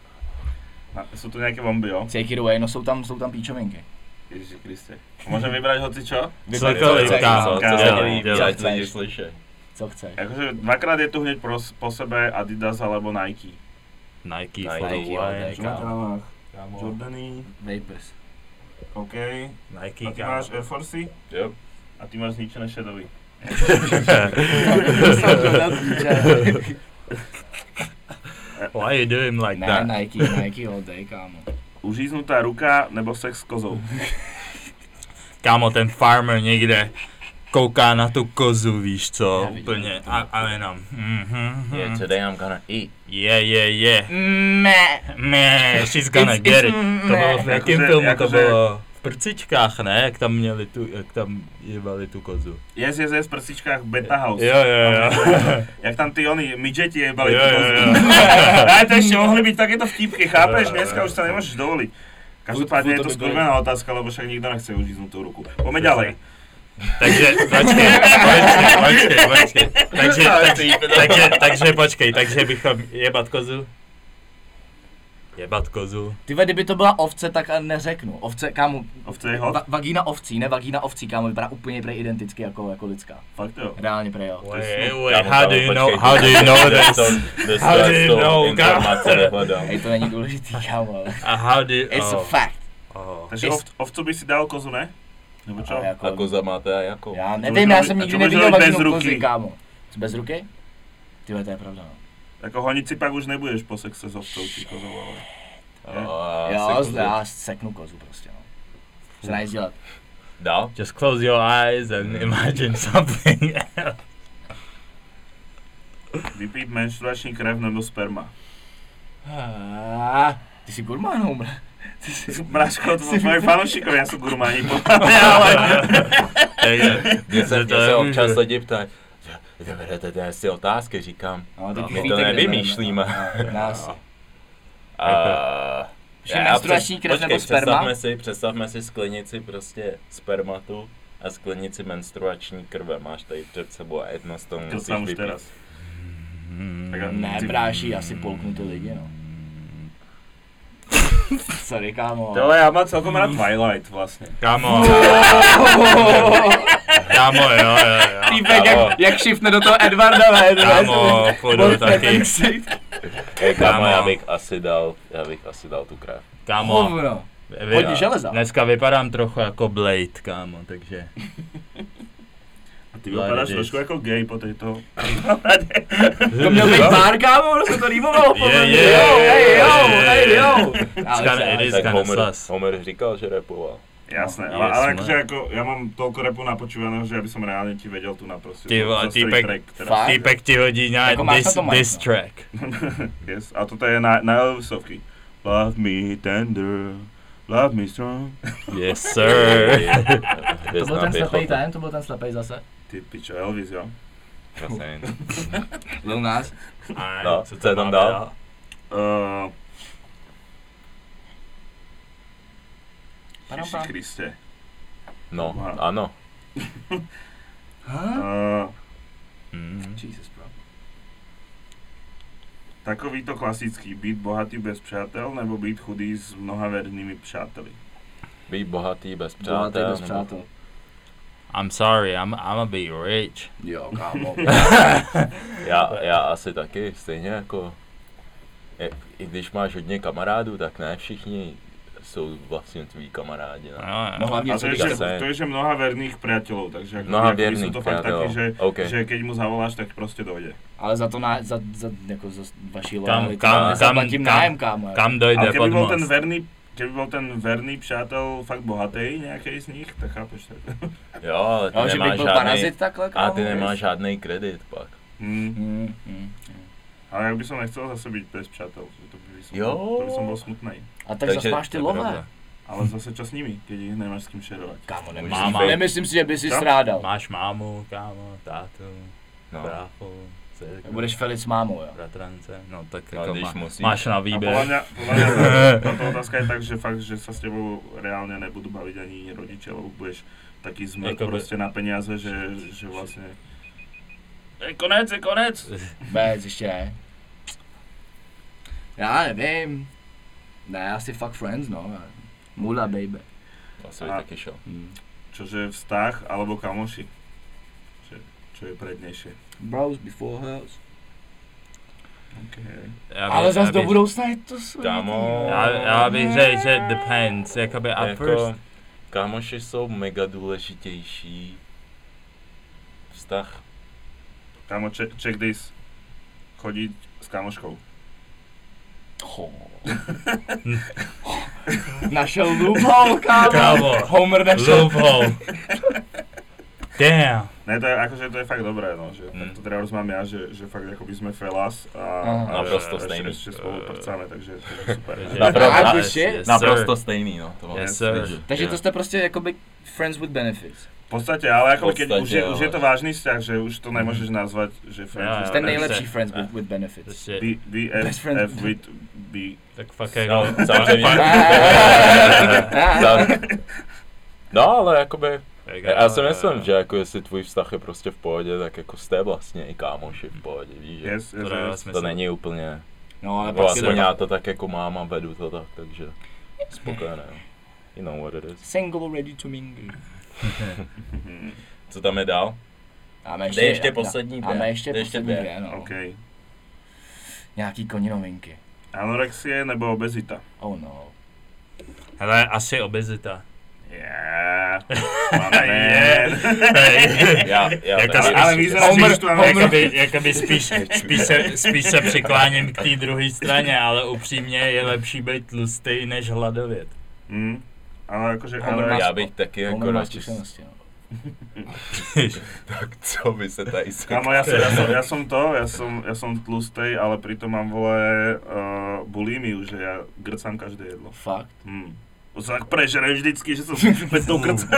A Sú tu nejaké bomby, jo?
Take it away, no jsou tam, jsou tam píčovinky.
Ježiši Kriste. Môžem vybrať hoci čo?
Cokoliv,
Co- co-
kámo,
co se
dělej,
líbí,
dělej.
ať lidi slyší.
Co chceš?
Akože dvakrát je tu hneď pros, po sebe Adidas alebo Nike.
Nike,
Nike,
for the
Nike,
way,
Nike.
kámo.
Žádná.
Kámo,
Jordany,
Vapers.
OK. A
Nike,
ty
kámo.
máš Air Forcey
Jo.
a ty máš zničené šedový.
Why you doing like
Ne,
that?
Nike, Nike all day, kámo.
Uříznutá ruka nebo sex s kozou.
Kámo, ten farmer někde kouká na tu kozu, víš co,
Já vidím.
úplně, a, a jenom, mhm,
Yeah,
mhm.
today I'm gonna eat.
yeah, yeah, yeah,
Mé.
meh, she's gonna
It's-
get
it's
it. To bylo v
Jakože-
jakém filmu, to
jakože-
bylo v prcičkách, ne, jak tam měli tu, jak tam jebali tu kozu.
Yes, yes, yes, v prstičkách Beta House.
Jo, jo, jo.
Jak tam ty oni, midžeti jebali.
Jo,
ty
jo,
kozy.
jo.
Ale to ešte mohli byť takéto vtipky, chápeš? Dneska už sa nemôžeš dovoliť. Každopádně
Furt-
je
furt
to
to by
skurvená otázka, lebo však nikto nechce uříznutú ruku. Poďme ďalej.
Takže, počkej, počkej, počkej, počkej. Takže, takže, takže, takže, počkej, takže bychom jebat kozu. Jebat kozu.
Ty ve, kdyby to byla ovce, tak a neřeknu. Ovce, kámo,
Ovce je hot?
va- vagína ovcí, ne vagína ovcí, kámo, vypadá úplně prej identicky jako, jako lidská.
Fakt jo.
Reálně prej, jo.
Wait, wait,
Kámo,
how
kámo,
do you know,
počkej,
how do you know this?
To, this
How do you
to
know,
informace
kámo?
nehledám.
Ej, to není důležitý, kámo, ale
A how do you,
it's
No.
a
oh,
fact.
oh.
Takže
Jest-
ov- ovcu by si dal kozu, ne? Nebo čo?
Ale jako-
A koza máte a jakou?
Já
Co
nevím,
by
já
to-
jsem
a
nikdy
co by to
neviděl
bez
vagínu
ruky?
kozy, kámo. Co, Bez ruky? Ty ve, to je pravda, no.
Ako honiť Jako si pak už nebudeš po sexe s ovcou či kozou, ale...
A
Jo,
si-
já seknu kozu prostě, no. Se najít dělat.
Dál?
Just close your eyes and
Mm.
imagine something.
Vypít menštruační krev nebo sperma.
Ah, Ty jsi gurmán, hombre.
Mráčko, to moji fanúšikovia sú gurmáni, podľa mňa, ale...
Takže,
Mě se,
že
mě se
je
občas
může.
lidi ptají, "Vy berete tyhle si otázky, říkám.
No, tak
No,
už
my
víte,
to
kde bereme.
nevymýšlíme.
No, Nás.
"Eh,
Že
Já
menstruační
přes-
krev
počkej,
nebo sperma?
Představme si, představme si sklenici prostě spermatu a sklenici menstruační krve. Máš tady před sebou a jedno z toho
To
musíš
tam už
vypít.
teraz.
Hmm.
Tak, a-
Ne,
ty-
bráší, asi polknu ty lidi, no. Sorry, kámo.
To ale ja mám celkom rád Twilight vlastně. vlastne.
Kámo, kámo, jo, jo, jo.
Týpek, jak, jak šifne do toho Edvarda, ne? to je-
Kámo, půjdu taky.
Hej, kámo, já
Kámo.
bych asi dal, já bych asi dal tu krev.
Kámo,
Hovno.
vy-
hodně železa.
dneska vypadám trochu jako Blade, kámo, takže.
A ty vypadáš
Twilight
trošku
is-
jako gay po tejto...
To měl být pár, kámo, ono se to rýmovalo po
Je,
mně.
je,
Jo,
je,
hej, jo,
je,
hej,
je.
jo.
Skan- it is
Tak
kinda
Homer,
sus.
Homer říkal, že repoval.
Jasné,
No,
ale,
yes,
ale
man.
akože ako, ja mám toľko repu napočúvaného, že ja by som reálne ti vedel tu naprosto. jako
Ty vole, týpek-
Fakt?
Týpek ti hodí na
Jako máš na
diss,
to majzno.
diss track.
yes. A toto je na, na Elvisovky. Love me tender, love me strong.
Yes, sir.
Jde
To byl
znám
ten
pěchotu.
slepej ten, to byl ten slepej zase.
Ty pičo, Elvis, jo?
Jasně.
Byl nás.
No, co je tam dál?
Uh,
Padam,
Ježiši
padam.
Kriste.
No, ano.
Uh,
Mm.
Jesus, bro.
takovýto klasický, být bohatý bez přátel, nebo být chudý s mnoha vernými přáteli.
Být bohatý bez
Přátel,
přátel.
bez
nebo-
přátel.
I'm sorry, I'm, I'm a be rich. No,
Jo, kámo.
Já, já asi taky, stejně jako... I, I když máš hodně kamarádů, tak ne všichni jsou vlastně tví kamarádi. Ne?
No,
No
jo.
hlavně,
A
co
to je,
říká
že,
se.
to je, že mnoha verných priateľov, takže ako
Mnoha
akoby sú
věrných,
to fakt
No, jo.
takí, že,
OK.
že keď mu zavoláš, tak proste dojde.
Ale za to na, za, za, jako za vaší
Kam-
lojalitu.
kam- kam-
Kam, kam, kam,
kam-
nájem, kámo. jako.
Kam
Ale
dojde
keby
pod
bol ten
most?
verný Keby bol ten verný přátel fakt bohatý nejakej z nich, tak chápeš to.
Jo, ale ty
Jo, že bych
nemáš
byl
žádný,
parazit no, takhle, kámo.
A ty nemáš žádný kredit pak.
Hmm.
Mm, mm.
Ale jak by som nechcel zase byť bez přátel, že to by som,
Jo.
to by som bol smutný.
A tak
Takže-
zase máš ty
to je
lové.
pravda.
Ale zase čo s nimi, keď ich nemáš s kým šerovať.
Kámo,
Máma.
nemyslím, nemyslím si, že by si
Co?
strádal.
Máš mámu, kámo, tátu,
No.
bráchu, dcerku,
Budeš Felic s mámou, jo.
bratrance. No tak
No,
jako
když
má,
musíš.
máš na
A podľa
výběr.
mňa, podľa mňa táto- táto otázka je tak, že fakt, že sa s tebou reálne nebudú baviť ani rodičia, lebo budeš taký zmer
Jakoby-
proste na peniaze, že, že vlastne...
Je konec, je konec.
Vůbec, ještě ne. Já nevím. Ne, asi fuck friends, no. Mula, baby.
Asi by
A-
taky šel.
Čože vztah alebo kamoši. Čo, čo je prednejšie.
Bros before house.
Okay.
Já bych-
Ale
já
zas do
bych-
budoucna je to svůj.
Kámo.
Já, já bych řekl, že depends, jakoby a first.
Jako, kámoši jsou mega důležitější. Vztah.
Kamo, check, check this. Chodiť s kamoškou.
Ho. Našel loophole, kámo.
Kámo.
Homer našel.
Loophole. Damn.
Ne, to je, akože to je fakt dobré, no, že
Mm.
mm. to treba mám ja, že, že fakt akoby sme felas a,
Aha.
a
Naprosto
ešte,
stejný.
ešte spolu prcáme, takže to je super.
Naprosto-
Ah, good shit.
yes,
Naprosto stejný, no. To mám
Yes,
jasný,
sir.
že-
Takže
že-
to jste prostě jakoby friends with benefits.
V podstate, ale ako
V
keď
podstate,
už je,
ale-
už je to vážny vzťah, že už to nemôžeš nazvať, že
Ja,
friends
ja.
Jste
Ten
nejlepší
se-
friends with, with benefits.
Prostě,
B,
Best friends.
BFF with B.
tak fakt jako,
No, samozřejmě. No, ale jakoby, já si myslím, že jako jestli tvůj vztah je prostě v pohodě, tak jako jste vlastně i kámoši v pohodě, víš, že
Yes, yes,
To dává
yes.
to
smysl.
není úplně,
No, ale
nebo
pak si
aspoň já to tak jako mám a vedu to tak, takže spokojené, jo. you know what it is.
Single ready to mingle.
Mhm.
Co tam je dál?
Máme
Dej ještě poslední dvě.
Máme ještě,
Dej ještě
poslední
dvě.
dvě, no.
OK.
Nějaký koninovinky.
Anorexie nebo obezita?
Oh no.
Hele, asi obezita.
Yeah. Amen.
Já, já
Jak
taky-
to-
ale vyzerá, že
Jako- Homer-
už tu anorexie.
Jakoby, jakoby spíš, spíš, se, spíš se přikláním k té druhé straně, ale upřímně je lepší být tlustý než hladovět.
Mm. Ale akože,
Homer
ale
má-
já bych taky
Jako
jako
Homer má
radši,
zkušenosti, no.
tak co by se tady sekal?
Kámo, ja som, ja som, ja som to, ja som, ja som tlustej, ale pritom mám vole uh, bulimiu, že ja grcam každé jedlo.
Fakt.
Hmm. To sa tak prežerem vždycky, že som pred tou grcam.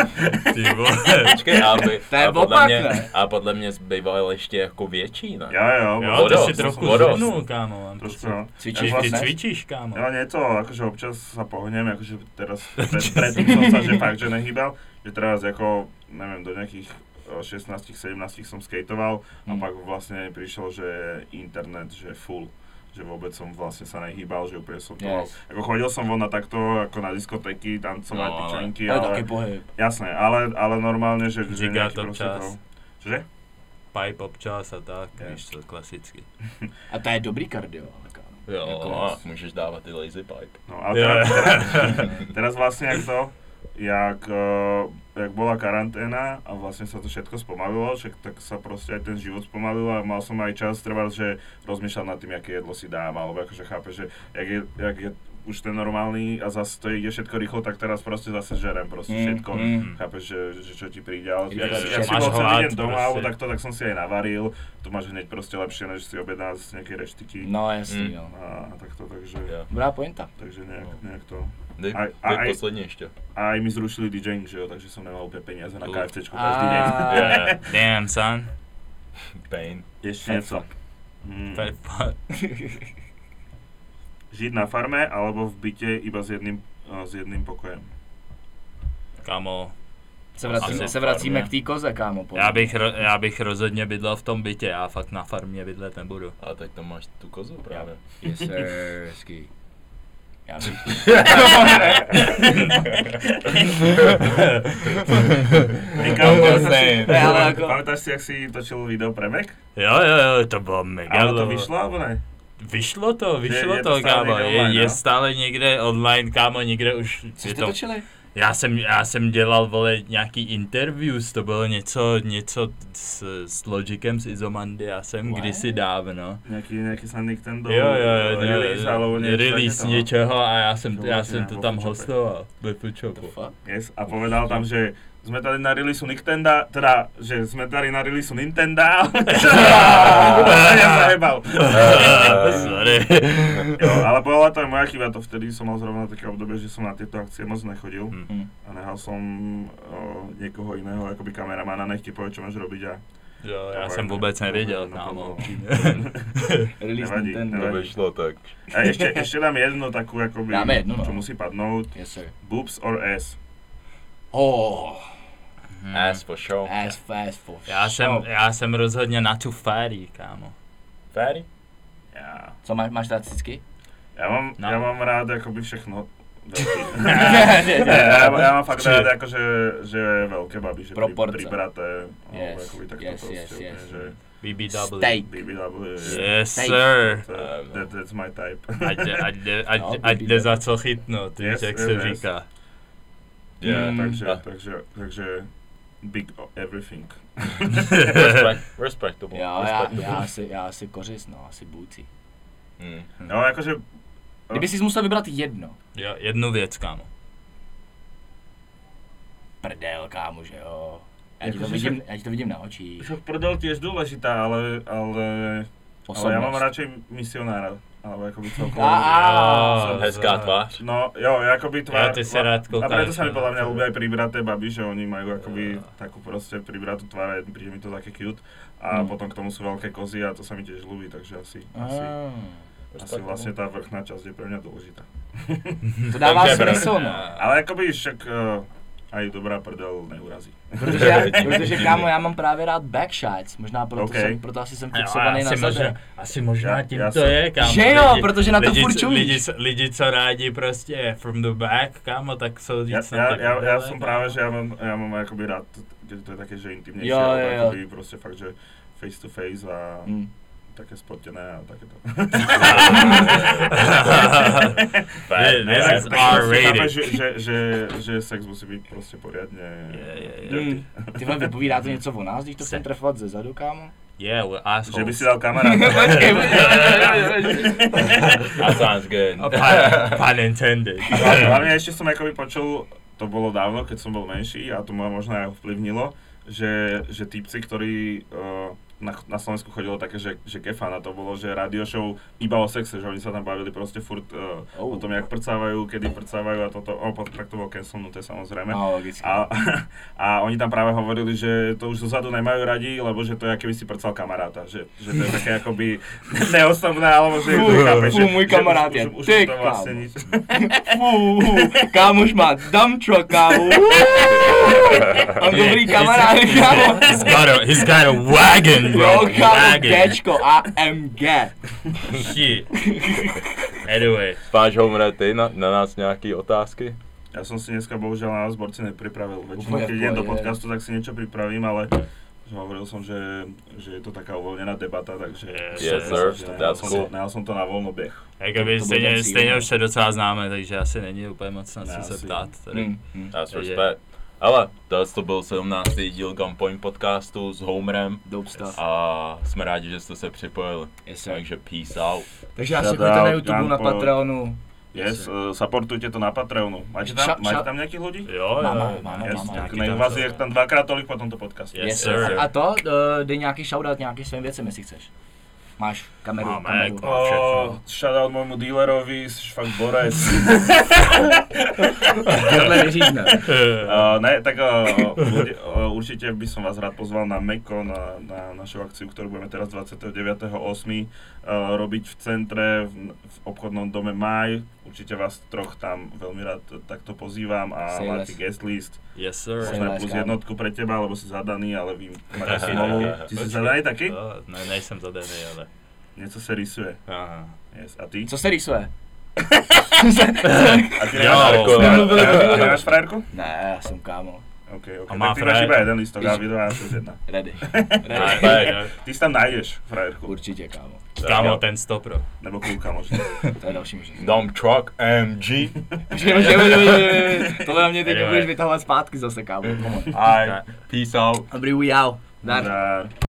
Ty vole.
Počkej, a, by,
To je
a, podle
opak,
mě,
ne?
a podle mě zbýval ještě jako větší, ne?
Ja, ja.
Jo,
Vodost,
to si trochu
vodost.
zvednul, kámo. mám
Trošku,
pocit.
no.
Cvičíš
Ty, ty
vlastne?
cvičíš, kámo.
Ja nie to, akože občas sa pohnem, akože teraz, pred, predtým som sa, že fakt, že nehýbal, že teraz ako, neviem, do nejakých 16-17 som skateoval a
Mm.
pak vlastne prišiel, že internet, že full že vôbec som vlastne sa nehýbal, že úplne som to mal.
Yes.
Ako chodil som von na takto, ako na diskotéky, tancovať,
No, ale-
no, pičanky,
To je
ale,
taký pohyb.
jasné, ale, ale normálne, že... že
Žiga
nejaký
to
proste
čas.
to- Čože?
Pipe občas a tak,
Jo.
víš co, klasicky.
A to je dobrý kardio. ale kámo.
Jo,
Jako-
a můžeš dávat ty lazy pipe.
No, ale
Jo.
teraz, teraz, teraz vlastne jak to, jak, eh, jak bola karanténa a vlastne sa to všetko spomalilo, však tak sa proste aj ten život spomalil a mal som aj čas treba, že rozmýšľať nad tým, aké jedlo si dám, alebo akože chápe, že jak je, jak je už ten normálny a zase to ide všetko rýchlo, tak teraz proste zase žerem proste
Mm,
všetko.
mm.
Chápeš, že, že čo ti príde, ale ja,
Ideš si
ja, si
máš
bol celý deň
hlad
doma,
proste.
alebo takto, tak som si aj navaril, to máš hneď proste lepšie, než si objedná z nejakej reštiky
No jasný,
Mm.
jo.
a takto, takže,
Jo.
Dobrá pointa.
takže nejak,
No.
nejak to.
Dej,
Aj-
dej
aj-
poslední ještě.
A aj mi zrušili DJing, že jo, takže som nemal úplne peniaze na
Uh.
KFC každý deň.
A-
Yeah. Damn, son.
Pain.
Ešte
Fat
niečo.
fuck.
Mm.
Fat fuck.
Žiť na farme alebo v byte iba s jedným, eh, s jedným pokojem.
Kámo,
Se
Asi
vracíme, se
na
vracíme
farmě.
k té koze, kámo. podle
já
mě.
bych, ro- já bych rozhodně bydlel v tom bytě, já fakt na farmě bydlet nebudu.
A tak tam máš tu kozu právě.
Yes, sir, hezký. Já bych...
Ty kam, pamätáš si-
Ne, ale jako- ako-
Pamätáš si, jak si točil video pre Mac?
Jo, jo, jo, to bylo mega.
Ale to
dlouho.
vyšlo, alebo ne?
Vyšlo to, vyšlo
je to
to,
stále
kámo.
někde
Je,
online,
je
no?
stále někde online, kámo, někde už.
Co
je
jste točili?
Já jsem, já jsem dělal, vole, nějaký interviews, to bylo něco, něco s, s Logicem z Izomandy, já jsem
What?
kdysi dávno.
Nejaký, nejaký sa Nintendo
Jo, jo, jo,
eh, release, alebo niečo
release
takéto, no.
něčeho a já jsem,
To
já
určitě
jsem
ne,
to
po
tam
Future
hostoval ve
The
Fučopu.
fuck?
Yes, a povedal tam, že sme tady na release Nintendo, teda, že sme tady na release Nintendo. ja sa nebal.
Eh, Sorry.
Jo, ale bola to aj moja chyba, to vtedy som mal zrovna také obdobie, že som na tieto akcie moc nechodil
Hmm.
Hm.
a nehal eh, som o, niekoho iného, akoby kameramana, nech ti povie, čo máš robiť a
Jo,
To
já
bude-
jsem vůbec
to bude
nevěděl,
na
kámo.
Release
Nevadí,
To
nevadí.
Nintendo.
by šlo tak.
A ešte, ešte dám jednu takú, akoby,
Dáme jednu, no.
čo musí padnúť,
Yes, sir.
boobs or ass.
Oh,
Ass for show.
ass fast for
Já jsem,
sure.
já jsem rozhodně na tu fairy, kámo.
Fairy?
Ja,
Co máš, máš rád cicky?
ja, mám,
No.
ja mám rád akoby všechno.
Ne, ne,
Ne,
ne.
ja, ja mám fakt
Čiže-
rád akože, že veľké baby, že pri,
Proporce.
pribraté, No, alebo
Yes,
akoby takto
yes,
proste,
yes,
úplne,
yes.
prostě že
BBW.
Steak.
BBW, je-
Yes,
Steak.
sir.
to- that, that's my type.
Ať jde, ať jde, ať,
No,
ať jde
BBW.
za co chytnout, víš,
Yes,
jak
yes,
se
yes.
říká.
Yeah.
Mm.
Takže,
Hmm. A-
takže, takže big o- everything.
Respect, respectable.
Jo, já,
respectable.
já, si, já si kořist, no, asi bůci.
Mm.
No akože,
Kdyby jsi musel vybrat jedno,
Jo, jednu věc, kámo.
prdel, kámo, že jo. Já ti,
Jako
to
že
vidím, já ti to vidím na očích.
však prdel tiež dôležitá, ale, ale, ale
Osobnost.
ja mám radšej misionára. Alebo akoby celkovo.
A- a-
Jo,
Hezká
za-
tvář.
No jo, akoby tvár.
Ja, ty si rád
a
koukáš
preto sa mi
na-
podľa mňa ľúbia aj pribraté baby, že oni majú akoby
Jo.
takú proste pribratú tvár a príde mi to také cute. A
Mm.
potom k tomu sú veľké kozy a to sa mi tiež ľúbi, takže asi, asi,
Ah,
asi
Respectable.
vlastne tá vrchná časť je pre mňa dôležitá.
to dává
Takže br-
smysl, no.
Ale akoby však eh, aj dobrá prdel neurazí.
Protože, já- protože kámo, já mám právě rád backshots, možná proto,
OK.
jsem, proto asi jsem
Jo,
fixovaný na
asi,
zadek.
možná, asi možná
Já-
tím
já
to
jsem-
je, kámo.
Že jo, protože na to
lidi,
furt
co-
čumíš.
Lidi, co- lidi, co rádi prostě from the back, kámo, tak jsou
Ja,
víc
ja,
na ty
ja, ja
prdele,
som
kámo.
práve, že ja mám, ja mám akoby rád, keď to je také, že intimnejšie,
Jo,
alebo
jo, jo.
akoby proste prostě fakt, že face to face a
Hm.
také spotené a takéto.
This-
Ne,
This is
tak proste chápeš,
R-rated.
že, že, že, že sex musí byť proste poriadne...
Je, je, je.
dirty.
Mm. Ty vole, vypovídá to něco o nás, když to
Se-
chcem trefovat ze zadu, kámo?
Yeah, we're
Že by
assholes.
si dal kamaráta.
Počkej, počkej.
That sounds good.
A Pun, pun intended.
Hlavne ešte som akoby počul to bolo dávno, keď som bol menší a to ma možno aj ovplyvnilo, že, že typci, ktorí eh, na, na Slovensku chodilo také, že, že kefana, to bolo, že radio show iba o sexe, že oni sa tam bavili proste furt eh,
Oh.
o tom, jak prcávajú, kedy prcávajú a toto, o, tak to bolo cancelnuté samozrejme.
No, logicky.
A, a oni tam práve hovorili, že to už zozadu nemajú radi, lebo že to je, keby si prcal kamaráta. Že, že to je také akoby neosobné, alebo že
Fú,
to chápeš,
fú,
že,
môj
že
kamarát
už-
je
už- už
ty,
to vlastne
kámo.
nič.
Fú, kámoš má dump truck, kámo. Mám dobrý kamarád, kámo.
He's got a, he's got a wagon, bro.
Jo, kámo,
wagon.
Gčko, AMG.
Shit. Anyway.
Máš Homre, ty na, na nás nějaký otázky?
Ja som si dneska bohužiaľ na zborci nepripravil.
Úplne
Väčšinou, keď
v
idem do
pohode.
podcastu, tak si niečo pripravím, ale že hovoril som, že, že je to taká uvoľnená debata, takže...
Yes,
sir.
že
That's
som,
cool.
Nehal som to na voľno beh.
Jakoby
To- to byl
stejně,
ten
stejně
cíl.
už se docela známe, takže asi není úplně moc na
Ne,
co se
asi.
ptát. Tady.
Hm, hm.
That's
Takže-
respect. Hmm. Ale tohle to byl 17. díl Gunpoint podcastu s Homerem
Dope stuff.
a jsme rádi, že jste se připojili.
Yes, sir.
Takže peace out.
Takže nás
Shout
sledujte na
out,
YouTube, na
Gunpo.
Patreonu.
Yes, uh, supportujte to na Patreonu. Máte tam,
Ša- ša-
máte tam nejakých ľudí?
Jo,
Máme,
jo,
máme,
Yes,
máme.
tak
nějaký
nech
tam
vás
co-
je tam dvakrát tolik po tomto podcastu.
Yes, sir.
A to, eh, dej nějaký shoutout nějakým svým věcem, jestli chceš. Máš kameru,
Máme,
kameru.
jako-
Oh, shoutout môjmu dealerovi, jsi fakt borec.
Tohle vyřízne.
uh, ne, tak uh, bude- uh, určite by som vás rád pozval na Meko, na, na našu akciu, ktorú budeme teraz 29.8. Uh, robiť v centre, v, v obchodnom dome Maj. Určite vás troch tam veľmi rád takto pozývam a
Say
máte
less.
guest list.
Yes, sir.
Jsem
Možno aj plus
láska.
jednotku pre teba, lebo si zadaný, ale vy máte smolu. Ty si
Počkej. No.
zadaný taký?
Jo, Ne, nejsem to Denny, ale.
Niečo sa rysuje.
Aha.
Yes. A ty?
Co se rýsuje?
A ty
Jo.
nemáš frajerku?
Jsme
mluvili o
A ty
dealerovi.
nemáš frajerku?
Ne, já jsem kámo.
OK, OK.
A má
Tak ty máš iba
frajerku.
jeden listok a vy dva máte jedna.
Ready.
Nice.
Ready.
Ty si tam nájdeš frajerku.
Určitě, kámo.
Kámo, ten stopro.
Nebo kúka možno.
To je další možnost.
Dump truck MG.
Počkej, počkej, počkej, počkej. Tohle na mě teď
Anyway.
budeš vytahovat zpátky zase, kámo. Come on.
Alright, peace out.
Dobrý, we out. Dar.
Dar.